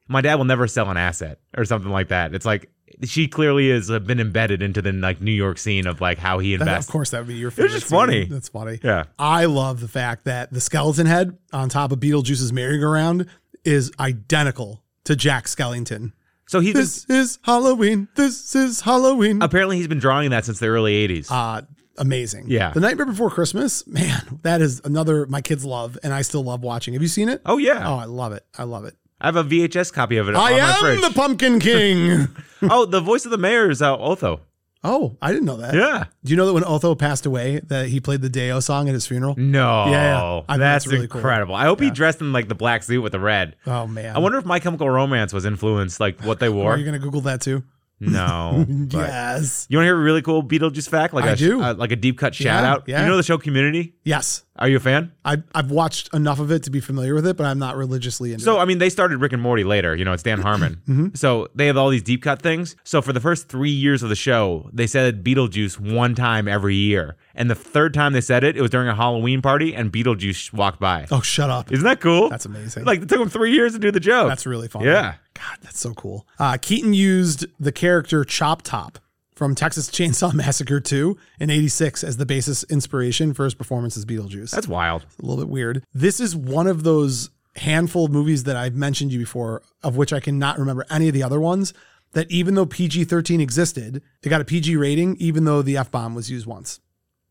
[SPEAKER 4] my dad will never sell an asset or something like that. It's like, she clearly has uh, been embedded into the like New York scene of like how he
[SPEAKER 2] That-
[SPEAKER 4] invests.
[SPEAKER 2] of course, that would be your
[SPEAKER 4] was
[SPEAKER 2] favorite.
[SPEAKER 4] just
[SPEAKER 2] scene.
[SPEAKER 4] funny.
[SPEAKER 2] That's funny.
[SPEAKER 4] Yeah.
[SPEAKER 2] I love the fact that the skeleton head on top of Beetlejuice's merry-go-round is identical to Jack Skellington.
[SPEAKER 4] So he's been-
[SPEAKER 2] This is Halloween. This is Halloween.
[SPEAKER 4] apparently he's been drawing that since the early 80s.
[SPEAKER 2] Uh, amazing.
[SPEAKER 4] Yeah.
[SPEAKER 2] The Nightmare Before Christmas, man, that is another my kids love, and I still love watching. Have you seen it?
[SPEAKER 4] oh yeah.
[SPEAKER 2] Oh, I love it. I love it.
[SPEAKER 4] I have a VHS copy of it
[SPEAKER 2] I
[SPEAKER 4] on my fridge.
[SPEAKER 2] am the
[SPEAKER 4] (laughs)
[SPEAKER 2] Pumpkin King.
[SPEAKER 4] oh, the voice of the mayor is uh, Otho.
[SPEAKER 2] oh, I didn't know that.
[SPEAKER 4] Yeah.
[SPEAKER 2] Do you know that when Otho passed away, that he played the Deo song at his funeral?
[SPEAKER 4] No.
[SPEAKER 2] Yeah, I mean,
[SPEAKER 4] that's,
[SPEAKER 2] that's really cool.
[SPEAKER 4] incredible. I hope he dressed in like the black suit with the red.
[SPEAKER 2] Oh man.
[SPEAKER 4] I wonder if My Chemical Romance was influenced like what
[SPEAKER 2] (laughs)
[SPEAKER 4] they
[SPEAKER 2] Are
[SPEAKER 4] wore.
[SPEAKER 2] you gonna Google that too?
[SPEAKER 4] no.
[SPEAKER 2] (laughs)
[SPEAKER 4] but-
[SPEAKER 2] Yes.
[SPEAKER 4] You want to hear a really cool Beetlejuice fact? Like
[SPEAKER 2] I
[SPEAKER 4] a
[SPEAKER 2] do.
[SPEAKER 4] uh, like a deep cut shout
[SPEAKER 2] Yeah,
[SPEAKER 4] out.
[SPEAKER 2] yeah.
[SPEAKER 4] You know the show Community?
[SPEAKER 2] Yes.
[SPEAKER 4] Are you a fan?
[SPEAKER 2] I I've watched enough of it to be familiar with it, but I'm not religiously into
[SPEAKER 4] So
[SPEAKER 2] it.
[SPEAKER 4] I mean, they started Rick and Morty later. You know, it's
[SPEAKER 2] (laughs)
[SPEAKER 4] Dan Harmon.
[SPEAKER 2] Mm-hmm.
[SPEAKER 4] So they have all these deep cut things. So for the first three years of the show, they said Beetlejuice one time every year, and the third time they said it, it was during a Halloween party, and Beetlejuice walked by.
[SPEAKER 2] Oh, shut up.
[SPEAKER 4] Isn't that cool?
[SPEAKER 2] That's amazing.
[SPEAKER 4] Like it took them three years to do the joke.
[SPEAKER 2] That's really fun.
[SPEAKER 4] yeah.
[SPEAKER 2] God, that's so cool. Uh, Keaton used the character Chop Top from Texas Chainsaw (laughs) Massacre 2 in 86 as the basis inspiration for his performance as Beetlejuice.
[SPEAKER 4] That's wild.
[SPEAKER 2] a little bit weird. This is one of those handful of movies that I've mentioned you before, of which I cannot remember any of the other ones. That even though PG 13 existed, it got a PG rating, even though the F bomb was used once.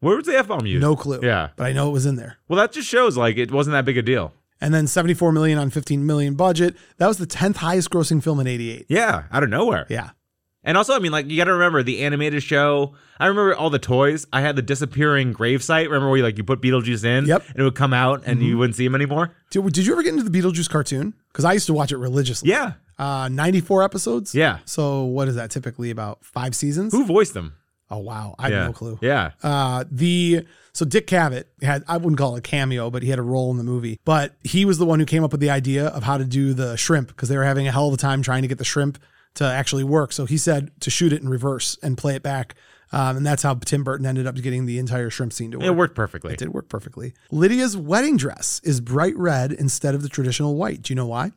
[SPEAKER 4] Where was the f bomb used?
[SPEAKER 2] No clue.
[SPEAKER 4] Yeah.
[SPEAKER 2] But I know it was in there.
[SPEAKER 4] Well, that just shows like it wasn't that big a deal.
[SPEAKER 2] And then 74 million on 15 million budget. That was the 10th highest grossing film in 88.
[SPEAKER 4] Yeah, out of nowhere.
[SPEAKER 2] Yeah.
[SPEAKER 4] And also, I mean, like you got to remember the animated show. I remember all the toys. I had the disappearing gravesite. Remember where you, like you put Beetlejuice in,
[SPEAKER 2] Yep. Mm-hmm.
[SPEAKER 4] and it would come out, and you wouldn't see him anymore.
[SPEAKER 2] Did, did you ever get into the Beetlejuice cartoon? Because I used to watch it religiously.
[SPEAKER 4] Yeah.
[SPEAKER 2] Uh, 94 episodes.
[SPEAKER 4] Yeah.
[SPEAKER 2] So what is that typically about five seasons?
[SPEAKER 4] Who voiced them?
[SPEAKER 2] Oh, wow. I have
[SPEAKER 4] Yeah.
[SPEAKER 2] no clue.
[SPEAKER 4] Yeah.
[SPEAKER 2] Uh, the so Dick Cavett had I wouldn't call it a cameo, but he had a role in the movie. But he was the one who came up with the idea of how to do the shrimp because they were having a hell of a time trying to get the shrimp to actually work. So he said to shoot it in reverse and play it back, um, and that's how Tim Burton ended up getting the entire shrimp scene to work.
[SPEAKER 4] It worked perfectly.
[SPEAKER 2] It did work perfectly. Lydia's wedding dress is bright red instead of the traditional white. Do you know why?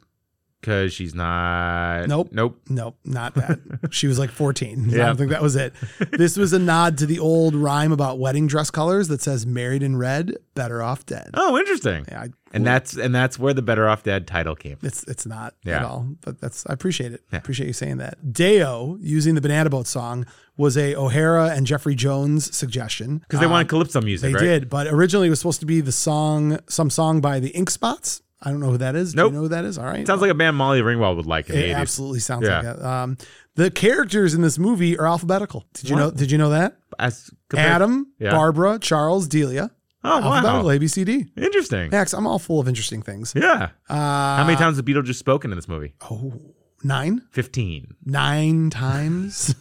[SPEAKER 4] Because she's not.
[SPEAKER 2] Nope.
[SPEAKER 4] Nope.
[SPEAKER 2] Nope, not that.
[SPEAKER 4] (laughs)
[SPEAKER 2] she was like 14. I
[SPEAKER 4] Yeah.
[SPEAKER 2] don't think that was it. This was a nod to the old rhyme about wedding dress colors that says married in red, better off dead.
[SPEAKER 4] Oh, interesting.
[SPEAKER 2] Yeah, I,
[SPEAKER 4] And that's and that's where the Better Off Dead title came.
[SPEAKER 2] it's it's not at
[SPEAKER 4] Yeah.
[SPEAKER 2] all, but that's I appreciate it. I
[SPEAKER 4] Yeah.
[SPEAKER 2] appreciate you saying that. Deo using the Banana Boat song was a O'Hara and Jeffrey Jones suggestion.
[SPEAKER 4] Because they wanted calypso music,
[SPEAKER 2] uh, They
[SPEAKER 4] Ah, right?
[SPEAKER 2] did, but originally it was supposed to be the song some song by the Ink Spots. I don't know who that is. Do
[SPEAKER 4] Nope.
[SPEAKER 2] you know who that is? All right.
[SPEAKER 4] Sounds like a band Molly Ringwald would like in the
[SPEAKER 2] It
[SPEAKER 4] 80s.
[SPEAKER 2] absolutely sounds
[SPEAKER 4] Yeah.
[SPEAKER 2] like that. Um, the characters in this movie are alphabetical. Did you know? Did you know that?
[SPEAKER 4] As compared-
[SPEAKER 2] Adam,
[SPEAKER 4] Yeah.
[SPEAKER 2] Barbara, Charles, Delia,
[SPEAKER 4] Oh, wow.
[SPEAKER 2] alphabetical A B C D.
[SPEAKER 4] Interesting.
[SPEAKER 2] Max, I'm all full of interesting things.
[SPEAKER 4] Yeah. How many times has Beetle just spoken in this movie?
[SPEAKER 2] Uh, Oh, nine,
[SPEAKER 4] 15.
[SPEAKER 2] nine
[SPEAKER 4] (laughs)
[SPEAKER 2] times.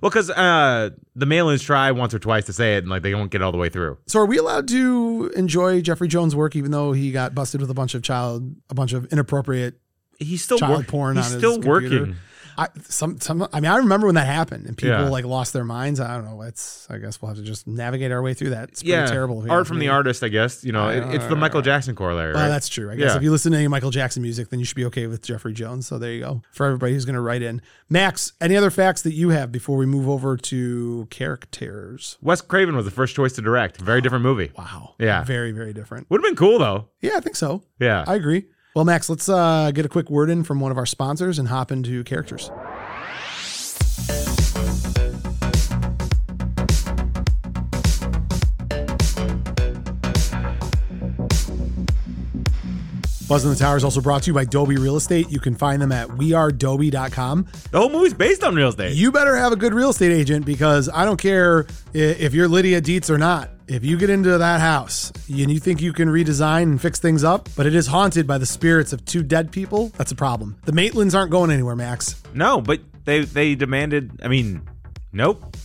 [SPEAKER 4] Well, because uh, the Malins try once or twice to say it, and like they won't get all the way through.
[SPEAKER 2] so, are we allowed to enjoy Jeffrey Jones' work, even though he got busted with a bunch of child, a bunch of inappropriate?
[SPEAKER 4] He's still
[SPEAKER 2] Child
[SPEAKER 4] work-
[SPEAKER 2] porn
[SPEAKER 4] He's
[SPEAKER 2] on his
[SPEAKER 4] still
[SPEAKER 2] computer.
[SPEAKER 4] working.
[SPEAKER 2] I, some, some. I mean, I remember when that happened, and people
[SPEAKER 4] Yeah.
[SPEAKER 2] like lost their minds. I don't know. It's. I guess we'll have to just navigate our way through that. It's pretty
[SPEAKER 4] Yeah.
[SPEAKER 2] terrible. if you
[SPEAKER 4] Art
[SPEAKER 2] ask
[SPEAKER 4] from
[SPEAKER 2] me.
[SPEAKER 4] the artist, I guess. You know, it, it's the Michael Jackson corollary.
[SPEAKER 2] Well,
[SPEAKER 4] right?
[SPEAKER 2] Oh, that's true. I guess
[SPEAKER 4] Yeah.
[SPEAKER 2] if you listen to any Michael Jackson music, then you should be okay with Jeffrey Jones. So there you go. For everybody who's going to write in, Max, any other facts that you have before we move over to characters?
[SPEAKER 4] Wes Craven was the first choice to direct. Very different movie.
[SPEAKER 2] Wow.
[SPEAKER 4] Yeah.
[SPEAKER 2] Very, very different.
[SPEAKER 4] Would have been cool though.
[SPEAKER 2] Yeah, I think so.
[SPEAKER 4] Yeah.
[SPEAKER 2] I agree. Well, Max, let's uh, get a quick word in from one of our sponsors and hop into characters. Buzz in the Tower is also brought to you by Dobie Real Estate. You can find them at wearedoby.com.
[SPEAKER 4] the whole movie's based on real estate.
[SPEAKER 2] You better have a good real estate agent because I don't care i- if you're Lydia Dietz or not. If you get into that house and you think you can redesign and fix things up, but it is haunted by the spirits of two dead people, that's a problem. The Maitlands aren't going anywhere, Max.
[SPEAKER 4] no, but they they demanded. I mean, nope.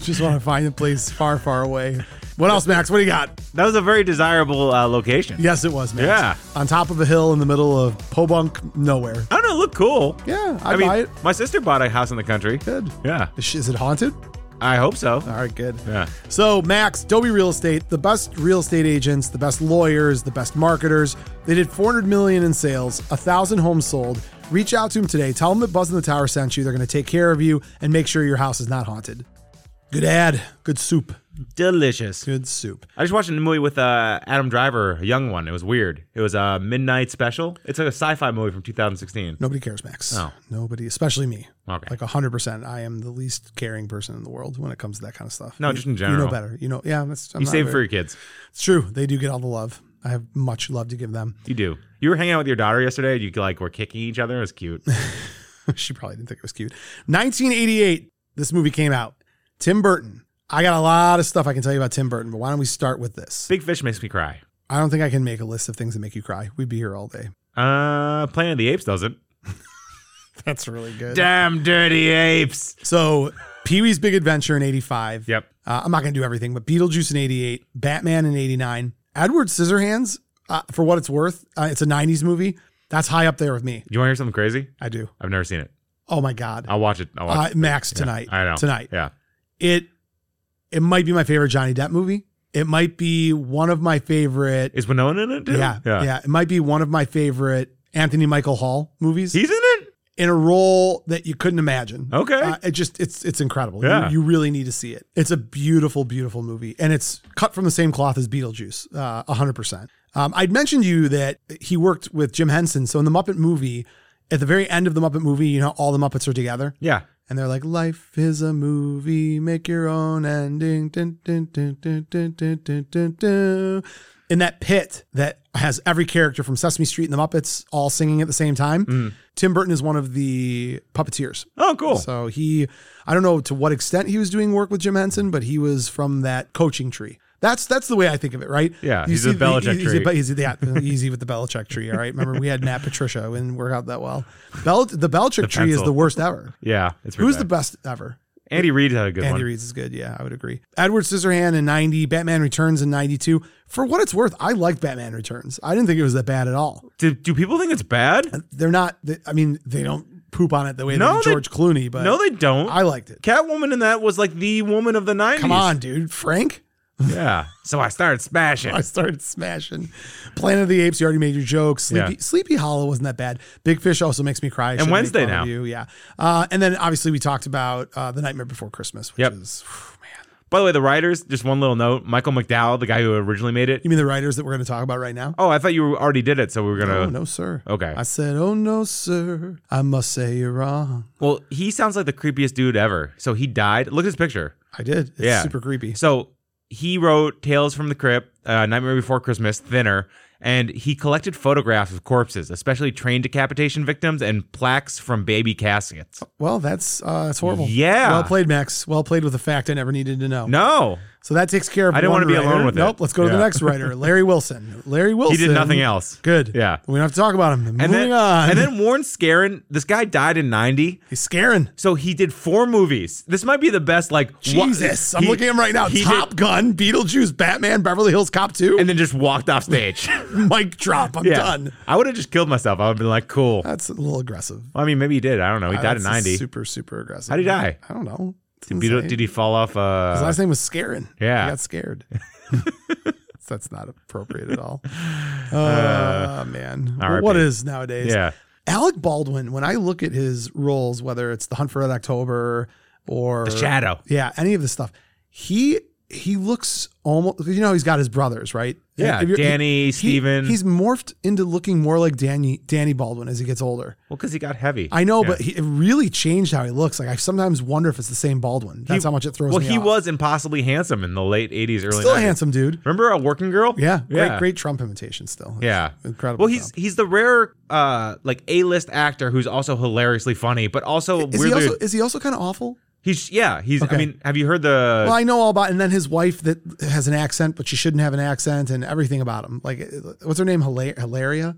[SPEAKER 2] Just want to find a place far, far away What else, Max? What do you got?
[SPEAKER 4] That was a very desirable uh, location.
[SPEAKER 2] Yes, it was, Max.
[SPEAKER 4] Yeah.
[SPEAKER 2] On top of a hill in the middle of Pobunk nowhere.
[SPEAKER 4] I don't know. It looked cool.
[SPEAKER 2] Yeah,
[SPEAKER 4] I,
[SPEAKER 2] I'd
[SPEAKER 4] mean,
[SPEAKER 2] buy it.
[SPEAKER 4] my sister bought a house in the country.
[SPEAKER 2] Good.
[SPEAKER 4] Yeah,
[SPEAKER 2] Is she- is it haunted?
[SPEAKER 4] I hope so.
[SPEAKER 2] All right, good.
[SPEAKER 4] Yeah.
[SPEAKER 2] So, Max, Dobie Real Estate, the best real estate agents, the best lawyers, the best marketers. They did 400 million in sales, 1,000 homes sold. Reach out to them today. Tell them that Buzz in the Tower sent you. They're going to take care of you and make sure your house is not haunted. Good ad. Good soup.
[SPEAKER 4] Delicious.
[SPEAKER 2] Good soup.
[SPEAKER 4] I just watched a movie with uh, Adam Driver, a young one. It was weird. It was a midnight special. It's a sci-fi movie from 2016.
[SPEAKER 2] Nobody cares, Max.
[SPEAKER 4] Oh.
[SPEAKER 2] Nobody, especially me.
[SPEAKER 4] Okay.
[SPEAKER 2] Like 100%. I am the least caring person in the world when it comes to that kind of stuff.
[SPEAKER 4] No,
[SPEAKER 2] You-
[SPEAKER 4] just in
[SPEAKER 2] You
[SPEAKER 4] general.
[SPEAKER 2] know better. You know, yeah. That's, I'm
[SPEAKER 4] You
[SPEAKER 2] not
[SPEAKER 4] save it
[SPEAKER 2] very-
[SPEAKER 4] for your kids.
[SPEAKER 2] It's true. They do get all the love. I have much love to give them.
[SPEAKER 4] You do. You were hanging out with your daughter yesterday. You like were kicking each other. It
[SPEAKER 2] (laughs)
[SPEAKER 4] was cute.
[SPEAKER 2] she probably didn't think it was cute. 1988, this movie came out. Tim Burton. I got a lot of stuff I can tell you about Tim Burton, but why don't we start with this?
[SPEAKER 4] Big Fish makes me cry.
[SPEAKER 2] I don't think I can make a list of things that make you cry. We'd be here all
[SPEAKER 4] (laughs)
[SPEAKER 2] day.
[SPEAKER 4] Uh, Planet of the Apes doesn't.
[SPEAKER 2] That's really good.
[SPEAKER 4] Damn dirty apes.
[SPEAKER 2] So, Pee Wee's Big Adventure in 85.
[SPEAKER 4] Yep.
[SPEAKER 2] Uh, I'm not going to do everything, but Beetlejuice in 88, Batman in 89, Edward Scissorhands, uh, for what it's worth, uh, it's a 90s movie. That's high up there with me.
[SPEAKER 4] You want to hear something crazy?
[SPEAKER 2] I do.
[SPEAKER 4] I've never seen it.
[SPEAKER 2] Oh my God.
[SPEAKER 4] I'll watch it. I'll watch
[SPEAKER 2] Uh,
[SPEAKER 4] it.
[SPEAKER 2] Max
[SPEAKER 4] Yeah,
[SPEAKER 2] tonight.
[SPEAKER 4] I know.
[SPEAKER 2] Tonight.
[SPEAKER 4] Yeah.
[SPEAKER 2] it it might be my favorite Johnny Depp movie. It might be one of my favorite.
[SPEAKER 4] Is Winona in it? Too?
[SPEAKER 2] Yeah, yeah, It might be one of my favorite Anthony Michael Hall movies
[SPEAKER 4] He's in it.
[SPEAKER 2] in a role that you couldn't imagine.
[SPEAKER 4] Okay.
[SPEAKER 2] Uh, it just it's it's incredible.
[SPEAKER 4] Yeah.
[SPEAKER 2] You, you really need to see it. It's a beautiful, beautiful movie, and it's cut from the same cloth as Beetlejuice, uh, hundred percent. Um, I'd mentioned to you that he worked with Jim Henson. So in the Muppet movie, at the very end of the Muppet movie, you know all the Muppets are together.
[SPEAKER 4] yeah.
[SPEAKER 2] And they're like, life is a movie, make your own ending. Dun, dun, dun, dun, dun, dun, dun, dun, dun. In that pit that has every character from Sesame Street and the Muppets all singing at the same time, Tim Burton is one of the puppeteers.
[SPEAKER 4] Mm. Oh, cool.
[SPEAKER 2] So he, I don't know to what extent he was doing work with Jim Henson, but he was from that coaching tree. That's that's the way I think of it, right?
[SPEAKER 4] Yeah, he's the
[SPEAKER 2] the-
[SPEAKER 4] Belichick
[SPEAKER 2] he's,
[SPEAKER 4] tree.
[SPEAKER 2] But he's yeah, easy with the Belichick tree. All right, remember we had Matt Patricia and didn't work out that well. Bel- the Belichick tree is
[SPEAKER 4] pencil.
[SPEAKER 2] the worst ever.
[SPEAKER 4] yeah. It's pretty
[SPEAKER 2] Who's the
[SPEAKER 4] bad.
[SPEAKER 2] best ever?
[SPEAKER 4] Andy Reid had a good
[SPEAKER 2] Andy
[SPEAKER 4] one.
[SPEAKER 2] Reid's is good. Yeah, I would agree. Edward Scissorhand in 90, Batman Returns in 92. For what it's worth, I liked Batman Returns. I didn't think it was that bad at all.
[SPEAKER 4] Do, do people think it's bad?
[SPEAKER 2] They're not, they- I mean, they don't poop on it the way
[SPEAKER 4] No,
[SPEAKER 2] that
[SPEAKER 4] they-
[SPEAKER 2] George Clooney, but
[SPEAKER 4] No, they don't.
[SPEAKER 2] uh, I liked it.
[SPEAKER 4] Catwoman in that was like the woman of the 90s.
[SPEAKER 2] Come on, dude. Frank?
[SPEAKER 4] Yeah. So I started smashing.
[SPEAKER 2] I started smashing. Planet of the Apes, you already made your jokes. Sleepy,
[SPEAKER 4] Yeah.
[SPEAKER 2] Sleepy Hollow wasn't that bad. Big Fish also makes me cry. I shouldn't make
[SPEAKER 4] Wednesday
[SPEAKER 2] fun of
[SPEAKER 4] now.
[SPEAKER 2] You. Yeah. Uh, and then obviously we talked about uh, The Nightmare Before Christmas, which
[SPEAKER 4] Yep.
[SPEAKER 2] is, man.
[SPEAKER 4] By the way, the writers, just one little note Michael McDowell, the guy who originally made it.
[SPEAKER 2] You mean the writers that we're going to talk about right now?
[SPEAKER 4] Oh, I thought you already did it. So we were going to.
[SPEAKER 2] Oh, no, sir.
[SPEAKER 4] Okay.
[SPEAKER 2] I said, oh, no, sir. I must say you're wrong.
[SPEAKER 4] Well, he sounds like the creepiest dude ever. So he died. Look at his picture.
[SPEAKER 2] I did. It's
[SPEAKER 4] Yeah.
[SPEAKER 2] super creepy.
[SPEAKER 4] So he wrote Tales from the Crypt, uh, Nightmare Before Christmas, Thinner, and he collected photographs of corpses, especially train decapitation victims and plaques from baby caskets.
[SPEAKER 2] Well, that's uh, that's horrible.
[SPEAKER 4] Yeah.
[SPEAKER 2] Well played, Max. Well played with a fact I never needed to know.
[SPEAKER 4] No,
[SPEAKER 2] So that takes care of
[SPEAKER 4] I didn't
[SPEAKER 2] one
[SPEAKER 4] wanna be
[SPEAKER 2] writer.
[SPEAKER 4] alone with it.
[SPEAKER 2] Nope. Let's go to the
[SPEAKER 4] Yeah.
[SPEAKER 2] next
[SPEAKER 4] (laughs)
[SPEAKER 2] writer, Larry Wilson. Larry Wilson.
[SPEAKER 4] he did nothing else.
[SPEAKER 2] Good.
[SPEAKER 4] Yeah.
[SPEAKER 2] We don't have to talk about him. Moving
[SPEAKER 4] And then,
[SPEAKER 2] on.
[SPEAKER 4] and then Warren Scarron, this guy died in 90.
[SPEAKER 2] he's scaring.
[SPEAKER 4] So he did four movies. This might be the best, like, wa-
[SPEAKER 2] Jesus. I'm
[SPEAKER 4] he-
[SPEAKER 2] looking at him right now.
[SPEAKER 4] he
[SPEAKER 2] Top
[SPEAKER 4] did-
[SPEAKER 2] Gun, Beetlejuice, Batman, Beverly Hills Cop 2.
[SPEAKER 4] and then just walked off stage. (laughs)
[SPEAKER 2] mic drop. I'm
[SPEAKER 4] yeah.
[SPEAKER 2] done.
[SPEAKER 4] I would have just killed myself. I would have been like, cool.
[SPEAKER 2] That's a little aggressive.
[SPEAKER 4] Well, I mean, maybe he did. I don't know. He died
[SPEAKER 2] That's
[SPEAKER 4] in 90.
[SPEAKER 2] Super, super aggressive.
[SPEAKER 4] How'd he die?
[SPEAKER 2] I don't know.
[SPEAKER 4] Did,
[SPEAKER 2] Didn't
[SPEAKER 4] Beetle-
[SPEAKER 2] say.
[SPEAKER 4] did he fall off?
[SPEAKER 2] His
[SPEAKER 4] Uh,
[SPEAKER 2] last name was Scarin.
[SPEAKER 4] Yeah.
[SPEAKER 2] He got
[SPEAKER 4] (laughs)
[SPEAKER 2] scared. (laughs) That's not appropriate at all. Oh,
[SPEAKER 4] Uh,
[SPEAKER 2] man. Well,
[SPEAKER 4] RIP.
[SPEAKER 2] what is nowadays?
[SPEAKER 4] yeah.
[SPEAKER 2] Alec Baldwin, when I look at his roles, whether it's The Hunt for Red October or
[SPEAKER 4] The Shadow.
[SPEAKER 2] Yeah, any of this stuff, he he looks almost, you know, he's got his brothers, right?
[SPEAKER 4] Yeah,
[SPEAKER 2] If you're-
[SPEAKER 4] Danny, Steven.
[SPEAKER 2] He's morphed into looking more like Danny, Danny Baldwin as he gets older.
[SPEAKER 4] Well, because he got heavy.
[SPEAKER 2] I know,
[SPEAKER 4] Yeah.
[SPEAKER 2] but he, it really changed how he looks. Like I sometimes wonder if it's the same Baldwin. That's
[SPEAKER 4] He-
[SPEAKER 2] how much it throws
[SPEAKER 4] well,
[SPEAKER 2] me
[SPEAKER 4] he
[SPEAKER 2] off.
[SPEAKER 4] was impossibly handsome in the late 80s, early
[SPEAKER 2] still
[SPEAKER 4] 90s.
[SPEAKER 2] handsome, dude.
[SPEAKER 4] Remember a working girl?
[SPEAKER 2] Yeah,
[SPEAKER 4] Yeah.
[SPEAKER 2] great, great Trump imitation still.
[SPEAKER 4] Yeah.
[SPEAKER 2] incredible.
[SPEAKER 4] Well, he's he's the rare uh like A-list actor who's also hilariously funny, but also
[SPEAKER 2] is he
[SPEAKER 4] weirdly
[SPEAKER 2] also is he also kind of awful?
[SPEAKER 4] he's yeah, he's
[SPEAKER 2] Okay.
[SPEAKER 4] I mean, have you heard the
[SPEAKER 2] Well, I know all about, and then his wife that has an accent, but she shouldn't have an accent, and everything about him. Like, what's her name? Hilar- Hilaria?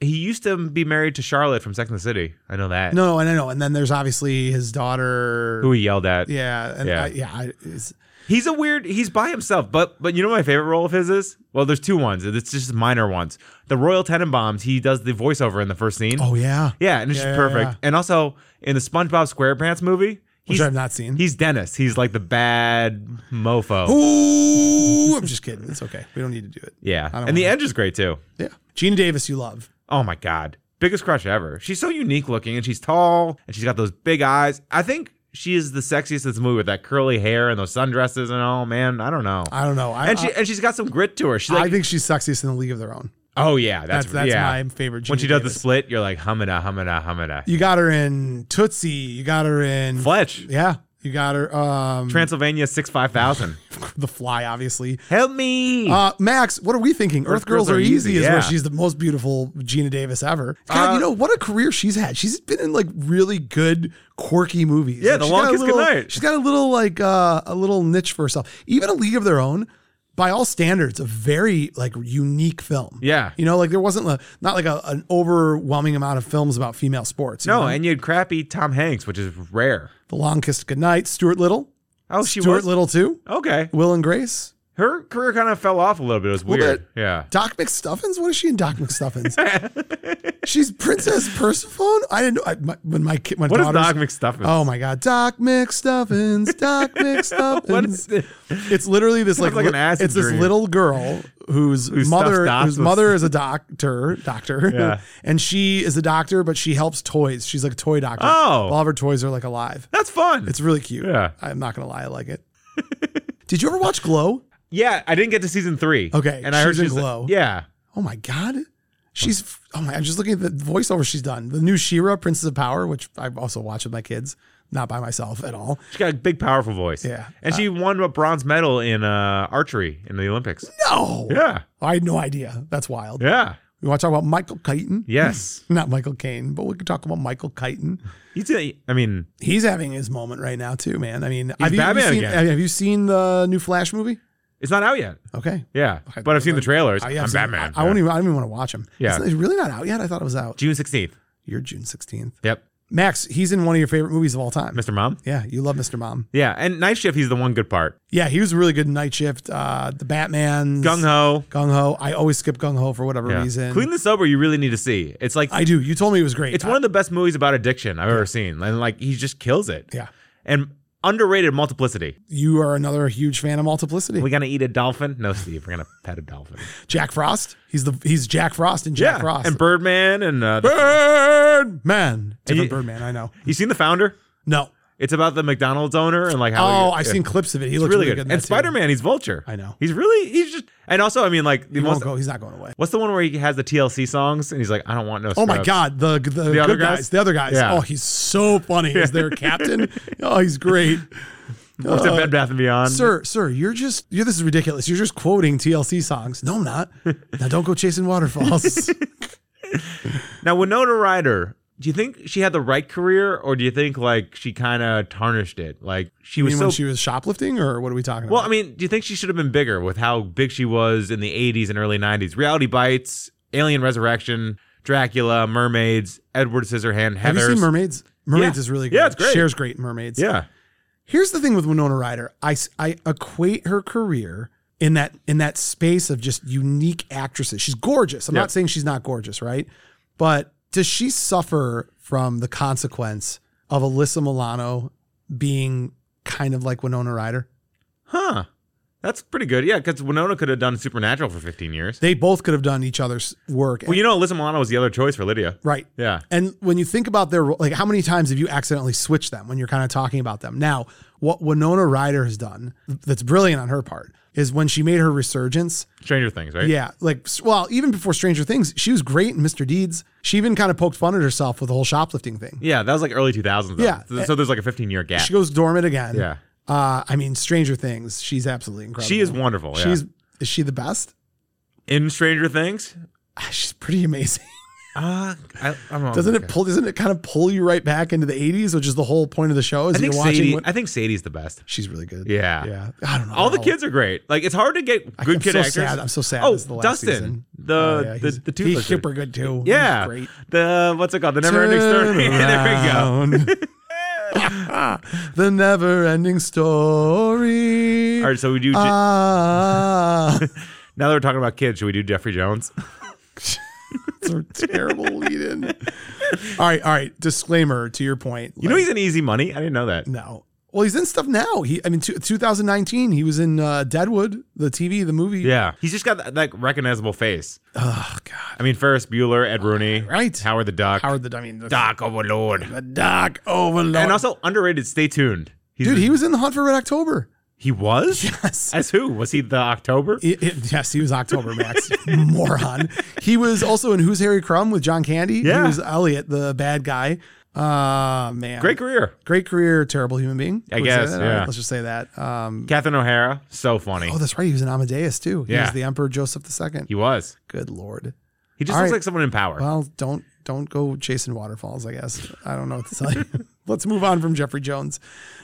[SPEAKER 4] he used to be married to Charlotte from Sex and the City. I know that.
[SPEAKER 2] No, no, and I know. And then there's obviously his daughter.
[SPEAKER 4] Who he yelled at.
[SPEAKER 2] yeah, and
[SPEAKER 4] Yeah.
[SPEAKER 2] I, yeah. I, it's,
[SPEAKER 4] He's a weird. He's by himself, but but you know what my favorite role of his is. Well, there's two ones. It's just minor ones. The Royal Tenenbaums. He does the voiceover in the first scene.
[SPEAKER 2] Oh yeah.
[SPEAKER 4] yeah, and it's
[SPEAKER 2] Yeah,
[SPEAKER 4] just
[SPEAKER 2] yeah,
[SPEAKER 4] perfect.
[SPEAKER 2] yeah.
[SPEAKER 4] And also in the SpongeBob SquarePants movie,
[SPEAKER 2] Which
[SPEAKER 4] he's,
[SPEAKER 2] I've not seen.
[SPEAKER 4] He's Dennis. He's like the bad mofo.
[SPEAKER 2] Ooh, I'm just kidding. It's okay. We don't need to do it.
[SPEAKER 4] Yeah,
[SPEAKER 2] don't
[SPEAKER 4] and the end is great too.
[SPEAKER 2] Yeah. Gina Davis, you love.
[SPEAKER 4] Oh my god, biggest crush ever. She's so unique looking, and she's tall, and she's got those big eyes. I think she is the sexiest in this movie with that curly hair and those sundresses and all. Man, I don't know.
[SPEAKER 2] I don't know. I,
[SPEAKER 4] and she
[SPEAKER 2] I,
[SPEAKER 4] and she's got some grit to her. She's
[SPEAKER 2] I
[SPEAKER 4] like,
[SPEAKER 2] think she's sexiest in the League of Their Own.
[SPEAKER 4] oh yeah, that's
[SPEAKER 2] That's that's
[SPEAKER 4] yeah.
[SPEAKER 2] my favorite. Gina
[SPEAKER 4] when she does
[SPEAKER 2] Davis.
[SPEAKER 4] the split, you're like humada humada humada.
[SPEAKER 2] you got her in Tootsie. You got her in
[SPEAKER 4] Fletch,
[SPEAKER 2] Yeah, you got her. Um,
[SPEAKER 4] Transylvania six five thousand.
[SPEAKER 2] (laughs) the Fly, obviously.
[SPEAKER 4] Help me.
[SPEAKER 2] Uh, Max, what are we thinking? Earth, Girls, Are Easy Uh, is
[SPEAKER 4] yeah.
[SPEAKER 2] where she's the most beautiful Gina Davis ever. God, you know what a career she's had. She's been in like really good, quirky movies.
[SPEAKER 4] Yeah,
[SPEAKER 2] Like,
[SPEAKER 4] The
[SPEAKER 2] she's
[SPEAKER 4] Long
[SPEAKER 2] got a
[SPEAKER 4] Kiss
[SPEAKER 2] little-
[SPEAKER 4] Goodnight.
[SPEAKER 2] She's got a little like uh, a little niche for herself. Even A League of Their Own, by all standards, a very like unique film.
[SPEAKER 4] Yeah.
[SPEAKER 2] you know, like there wasn't a, not like a, an overwhelming amount of films about female sports. you
[SPEAKER 4] no,
[SPEAKER 2] know?
[SPEAKER 4] and you had crappy Tom Hanks, which is rare.
[SPEAKER 2] The Long Kiss Goodnight, Stuart Little.
[SPEAKER 4] Oh, she
[SPEAKER 2] Stuart
[SPEAKER 4] was
[SPEAKER 2] Little too.
[SPEAKER 4] okay.
[SPEAKER 2] Will and Grace.
[SPEAKER 4] Her career kind of fell off a little bit. It was
[SPEAKER 2] Little
[SPEAKER 4] weird.
[SPEAKER 2] bit.
[SPEAKER 4] Yeah.
[SPEAKER 2] Doc McStuffins? What is she in Doc
[SPEAKER 4] (laughs)
[SPEAKER 2] McStuffins? She's Princess Persephone. I didn't know. I, my, when my kid, my
[SPEAKER 4] What is
[SPEAKER 2] daughter's-
[SPEAKER 4] Doc McStuffins?
[SPEAKER 2] Oh my God, Doc McStuffins, Doc McStuffins.
[SPEAKER 4] (laughs) What
[SPEAKER 2] (laughs)
[SPEAKER 4] is it?
[SPEAKER 2] It's literally this like,
[SPEAKER 4] like an
[SPEAKER 2] li-
[SPEAKER 4] acid
[SPEAKER 2] it's this
[SPEAKER 4] dream.
[SPEAKER 2] little girl whose
[SPEAKER 4] Whose
[SPEAKER 2] mother
[SPEAKER 4] stuff's dots
[SPEAKER 2] whose
[SPEAKER 4] with-
[SPEAKER 2] mother is a doctor, doctor,
[SPEAKER 4] (laughs) Yeah.
[SPEAKER 2] and she is a doctor, but she helps toys. She's like a toy doctor.
[SPEAKER 4] Oh.
[SPEAKER 2] all of her toys are like alive.
[SPEAKER 4] That's fun.
[SPEAKER 2] It's really cute.
[SPEAKER 4] Yeah.
[SPEAKER 2] I'm not gonna lie, I like it. (laughs) Did you ever watch Glow?
[SPEAKER 4] yeah, I didn't get to season three.
[SPEAKER 2] Okay,
[SPEAKER 4] and I heard
[SPEAKER 2] she's in
[SPEAKER 4] she's
[SPEAKER 2] Glow.
[SPEAKER 4] Yeah,
[SPEAKER 2] Oh my god. She's f- oh my! I'm just looking at the voiceover she's done. The new Shira, Princess of Power, which I also watch with my kids, not by myself at all.
[SPEAKER 4] she got a big, powerful voice.
[SPEAKER 2] Yeah. Uh,
[SPEAKER 4] and she won a bronze medal in uh, archery in the Olympics.
[SPEAKER 2] No,
[SPEAKER 4] Yeah,
[SPEAKER 2] I had no idea. That's wild.
[SPEAKER 4] yeah,
[SPEAKER 2] We want to talk about Michael Keaton.
[SPEAKER 4] yes.
[SPEAKER 2] Not Michael Caine, but we could talk about Michael Keaton.
[SPEAKER 4] He's a, I mean,
[SPEAKER 2] He's having his moment right now too, man. I mean, have you, have you
[SPEAKER 4] Batman
[SPEAKER 2] seen,
[SPEAKER 4] again.
[SPEAKER 2] have you seen the new Flash movie?
[SPEAKER 4] it's not out yet.
[SPEAKER 2] Okay,
[SPEAKER 4] Yeah, but I've seen the trailers. I, am
[SPEAKER 2] seen-
[SPEAKER 4] Batman.
[SPEAKER 2] I, I won't even. I don't even want to watch him.
[SPEAKER 4] Yeah.
[SPEAKER 2] it's, it's really not out yet. I thought it was out.
[SPEAKER 4] June sixteenth.
[SPEAKER 2] You're June 16th.
[SPEAKER 4] Yep,
[SPEAKER 2] Max, he's in one of your favorite movies of all time.
[SPEAKER 4] Mr. Mom.
[SPEAKER 2] Yeah, you love Mr. Mom.
[SPEAKER 4] Yeah, and Night Shift. He's the one good part.
[SPEAKER 2] Yeah, he was really good in Night Shift. Uh, the Batman.
[SPEAKER 4] Gung Ho.
[SPEAKER 2] Gung Ho. I always skip Gung Ho for whatever
[SPEAKER 4] Yeah.
[SPEAKER 2] reason.
[SPEAKER 4] Clean the sober. You really need to see. It's like
[SPEAKER 2] I do. You told me it was great. Uh,
[SPEAKER 4] it's one of the best movies about addiction I've ever seen, and like he just kills it.
[SPEAKER 2] Yeah.
[SPEAKER 4] and underrated multiplicity.
[SPEAKER 2] you are another huge fan of Multiplicity.
[SPEAKER 4] We're gonna eat a dolphin. No, Steve. We're gonna pet a dolphin.
[SPEAKER 2] Jack Frost. He's the he's Jack Frost and Jack Frost.
[SPEAKER 4] and Birdman and uh, the-
[SPEAKER 2] Birdman. Different
[SPEAKER 4] you-
[SPEAKER 2] Birdman. I know.
[SPEAKER 4] you seen the founder?
[SPEAKER 2] No.
[SPEAKER 4] It's about the McDonald's owner and like how.
[SPEAKER 2] Oh,
[SPEAKER 4] he-
[SPEAKER 2] I've
[SPEAKER 4] yeah.
[SPEAKER 2] seen clips of it. He
[SPEAKER 4] It's
[SPEAKER 2] looks
[SPEAKER 4] really,
[SPEAKER 2] really,
[SPEAKER 4] good.
[SPEAKER 2] in
[SPEAKER 4] and
[SPEAKER 2] that, too.
[SPEAKER 4] Spider Man, he's Vulture.
[SPEAKER 2] I know.
[SPEAKER 4] He's really he's just and also I mean like the
[SPEAKER 2] He won't
[SPEAKER 4] most.
[SPEAKER 2] go. He's not going away.
[SPEAKER 4] What's the one where he has the TLC songs and he's like, I don't want no.
[SPEAKER 2] Oh my
[SPEAKER 4] scrubs.
[SPEAKER 2] God, the the, good
[SPEAKER 4] other
[SPEAKER 2] guys?
[SPEAKER 4] guys?
[SPEAKER 2] the other guys.
[SPEAKER 4] Yeah.
[SPEAKER 2] Oh, he's so funny as
[SPEAKER 4] (laughs)
[SPEAKER 2] their captain. Oh, he's great.
[SPEAKER 4] What's
[SPEAKER 2] Uh,
[SPEAKER 4] it, Bed Bath and Beyond?
[SPEAKER 2] (laughs) sir, sir, you're just you're this is ridiculous. You're just quoting TLC songs. No, I'm not. now don't go chasing
[SPEAKER 4] (laughs)
[SPEAKER 2] waterfalls.
[SPEAKER 4] Now Winona Ryder, do you think she had the right career or do you think like she kind of tarnished it? Like she
[SPEAKER 2] you
[SPEAKER 4] was
[SPEAKER 2] mean
[SPEAKER 4] so.
[SPEAKER 2] when she was shoplifting, or what are we talking
[SPEAKER 4] well, I
[SPEAKER 2] about?
[SPEAKER 4] mean, do you think she should have been bigger with how big she was in the 80s and early 90s? Reality Bites, Alien Resurrection, Dracula, Mermaids, Edward Scissorhand, Heathers.
[SPEAKER 2] Have you seen Mermaids? Mermaids
[SPEAKER 4] Yeah.
[SPEAKER 2] is really good.
[SPEAKER 4] Yeah, it's great.
[SPEAKER 2] Shares great in Mermaids.
[SPEAKER 4] Yeah.
[SPEAKER 2] Here's the thing with Winona Ryder. I, s- I equate her career in that in that space of just unique actresses. She's gorgeous. I'm
[SPEAKER 4] Yeah.
[SPEAKER 2] not saying she's not gorgeous, right? But does she suffer from the consequence of Alyssa Milano being kind of like Winona Ryder?
[SPEAKER 4] Huh. That's pretty good. Yeah, because Winona could have done Supernatural for
[SPEAKER 2] (laughs)
[SPEAKER 4] 15 years.
[SPEAKER 2] They both could have done each other's work.
[SPEAKER 4] well, you know, Alyssa Milano was the other choice for Lydia.
[SPEAKER 2] right.
[SPEAKER 4] Yeah.
[SPEAKER 2] And when you think about their like, how many times have you accidentally switched them when you're kind of talking about them? Now, what Winona Ryder has done that's brilliant on her part is when she made her resurgence.
[SPEAKER 4] Stranger Things, right?
[SPEAKER 2] Yeah, like well, even before Stranger Things, she was great in Mr. Deeds. She even kind of poked fun at herself with the whole shoplifting thing.
[SPEAKER 4] Yeah, that was like early 2000s. Though.
[SPEAKER 2] Yeah.
[SPEAKER 4] So, so there's like a 15 year gap.
[SPEAKER 2] She goes dormant again.
[SPEAKER 4] Yeah.
[SPEAKER 2] Uh, I mean, Stranger Things. She's absolutely incredible.
[SPEAKER 4] She is wonderful. Yeah.
[SPEAKER 2] She's is she the best?
[SPEAKER 4] in Stranger Things.
[SPEAKER 2] Ah, She's pretty amazing.
[SPEAKER 4] Uh, I, I'm wrong.
[SPEAKER 2] Doesn't
[SPEAKER 4] Okay.
[SPEAKER 2] it pull? Doesn't it kind of pull you right back into the '80s, which is the whole point of the show? Is
[SPEAKER 4] I think,
[SPEAKER 2] you're watching.
[SPEAKER 4] Sadie,
[SPEAKER 2] what-
[SPEAKER 4] I think Sadie's the best.
[SPEAKER 2] she's really good.
[SPEAKER 4] Yeah.
[SPEAKER 2] Yeah. I don't know.
[SPEAKER 4] All the
[SPEAKER 2] how-
[SPEAKER 4] kids are great. Like it's hard to get good
[SPEAKER 2] I'm
[SPEAKER 4] kid
[SPEAKER 2] so
[SPEAKER 4] actors.
[SPEAKER 2] Sad. I'm so sad.
[SPEAKER 4] Oh,
[SPEAKER 2] this is the last
[SPEAKER 4] Dustin,
[SPEAKER 2] season.
[SPEAKER 4] the
[SPEAKER 2] Oh, yeah,
[SPEAKER 4] the
[SPEAKER 2] he's-
[SPEAKER 4] the toothless
[SPEAKER 2] he's
[SPEAKER 4] dude.
[SPEAKER 2] super good too. He's
[SPEAKER 4] Yeah.
[SPEAKER 2] great.
[SPEAKER 4] (laughs) The what's it called? The never ending story. there we go.
[SPEAKER 2] Turn around. (laughs) the never ending story.
[SPEAKER 4] All right, so we do. Je-
[SPEAKER 2] Uh, Ah.
[SPEAKER 4] now that we're talking about kids, should we do Jeffrey Jones?
[SPEAKER 2] (laughs) It's a terrible lead in. All right, all right. Disclaimer to your point.
[SPEAKER 4] You know he's in Easy Money. I didn't know that.
[SPEAKER 2] no. Well, he's in stuff now. He, I mean, two- 2019, he was in uh, Deadwood, the TV, the movie.
[SPEAKER 4] Yeah, he's just got that, that recognizable face.
[SPEAKER 2] Oh God,
[SPEAKER 4] I mean, Ferris Bueller, Ed Rooney,
[SPEAKER 2] Right.
[SPEAKER 4] Howard the Duck,
[SPEAKER 2] Howard the. I mean, the
[SPEAKER 4] Doc Overlord,
[SPEAKER 2] the Doc Overlord.
[SPEAKER 4] and also underrated. Stay tuned. He's
[SPEAKER 2] dude,
[SPEAKER 4] a-
[SPEAKER 2] he was in the Hunt for Red October. (laughs)
[SPEAKER 4] he was
[SPEAKER 2] Yes.
[SPEAKER 4] as who was he? The October.
[SPEAKER 2] It- it- yes, he was October
[SPEAKER 4] (laughs)
[SPEAKER 2] Max, moron. He was also in Who's Harry Crumb with John Candy.
[SPEAKER 4] Yeah.
[SPEAKER 2] He was Elliot, the bad guy. Uh man.
[SPEAKER 4] Great career.
[SPEAKER 2] great career, terrible human being.
[SPEAKER 4] I
[SPEAKER 2] Would say
[SPEAKER 4] guess,
[SPEAKER 2] that? All right,
[SPEAKER 4] yeah.
[SPEAKER 2] let's just say that. Um,
[SPEAKER 4] Catherine O'Hara, so funny.
[SPEAKER 2] oh, that's right. He was in Amadeus too. He
[SPEAKER 4] Yeah.
[SPEAKER 2] was the Emperor Joseph II.
[SPEAKER 4] he was.
[SPEAKER 2] Good lord.
[SPEAKER 4] He just
[SPEAKER 2] All
[SPEAKER 4] looks
[SPEAKER 2] right.
[SPEAKER 4] like someone in power.
[SPEAKER 2] Well, don't don't go chasing waterfalls. I guess I don't know what to tell
[SPEAKER 4] (laughs)
[SPEAKER 2] you. Let's move on from Jeffrey Jones.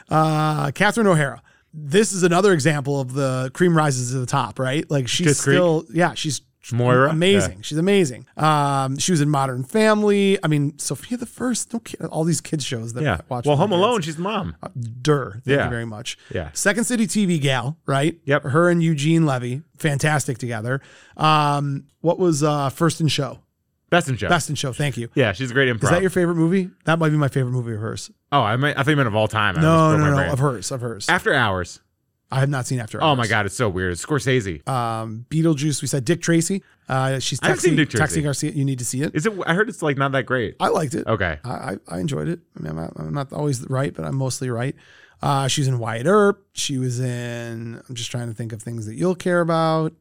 [SPEAKER 2] Uh, Catherine O'Hara. This is another example of the cream rises to the top, right? Like she's
[SPEAKER 4] Schitt's Creek?
[SPEAKER 2] still, yeah, she's
[SPEAKER 4] Moira?
[SPEAKER 2] amazing. She's amazing. Um, she was in Modern Family. I mean, Sophia the First. No kid, all these kids shows that
[SPEAKER 4] yeah.
[SPEAKER 2] I watch. with my
[SPEAKER 4] Well,
[SPEAKER 2] Uh,
[SPEAKER 4] Home
[SPEAKER 2] kids.
[SPEAKER 4] Alone. She's the mom.
[SPEAKER 2] Durr. Thank
[SPEAKER 4] Yeah.
[SPEAKER 2] you very much.
[SPEAKER 4] Yeah.
[SPEAKER 2] Second City TV gal, right?
[SPEAKER 4] Yep.
[SPEAKER 2] Her and Eugene Levy, fantastic together. Um, what was uh First in Show?
[SPEAKER 4] Best in show.
[SPEAKER 2] Best in Show. Thank you.
[SPEAKER 4] Yeah, she's a great improv.
[SPEAKER 2] Is that your favorite movie? That might be my favorite movie of hers.
[SPEAKER 4] oh, I, meant, I thought you meant of all time. I
[SPEAKER 2] No,
[SPEAKER 4] almost
[SPEAKER 2] no,
[SPEAKER 4] broke my
[SPEAKER 2] no,
[SPEAKER 4] brain.
[SPEAKER 2] of hers, of hers.
[SPEAKER 4] After Hours.
[SPEAKER 2] I have not seen After.
[SPEAKER 4] Oh
[SPEAKER 2] Hours.
[SPEAKER 4] my God, it's so weird. It's Scorsese.
[SPEAKER 2] Um, Beetlejuice. We said Dick Tracy. Uh, she's
[SPEAKER 4] I haven't seen
[SPEAKER 2] texting,
[SPEAKER 4] Dick Tracy.
[SPEAKER 2] texting Garcia. You need to see it.
[SPEAKER 4] Is it? I heard it's like not that great.
[SPEAKER 2] I liked it.
[SPEAKER 4] Okay.
[SPEAKER 2] I, I, I enjoyed it. I mean, I'm not, I'm not always right, but I'm mostly right. Uh, she's in Wyatt Earp. She was in. I'm just trying to think of things that you'll care about,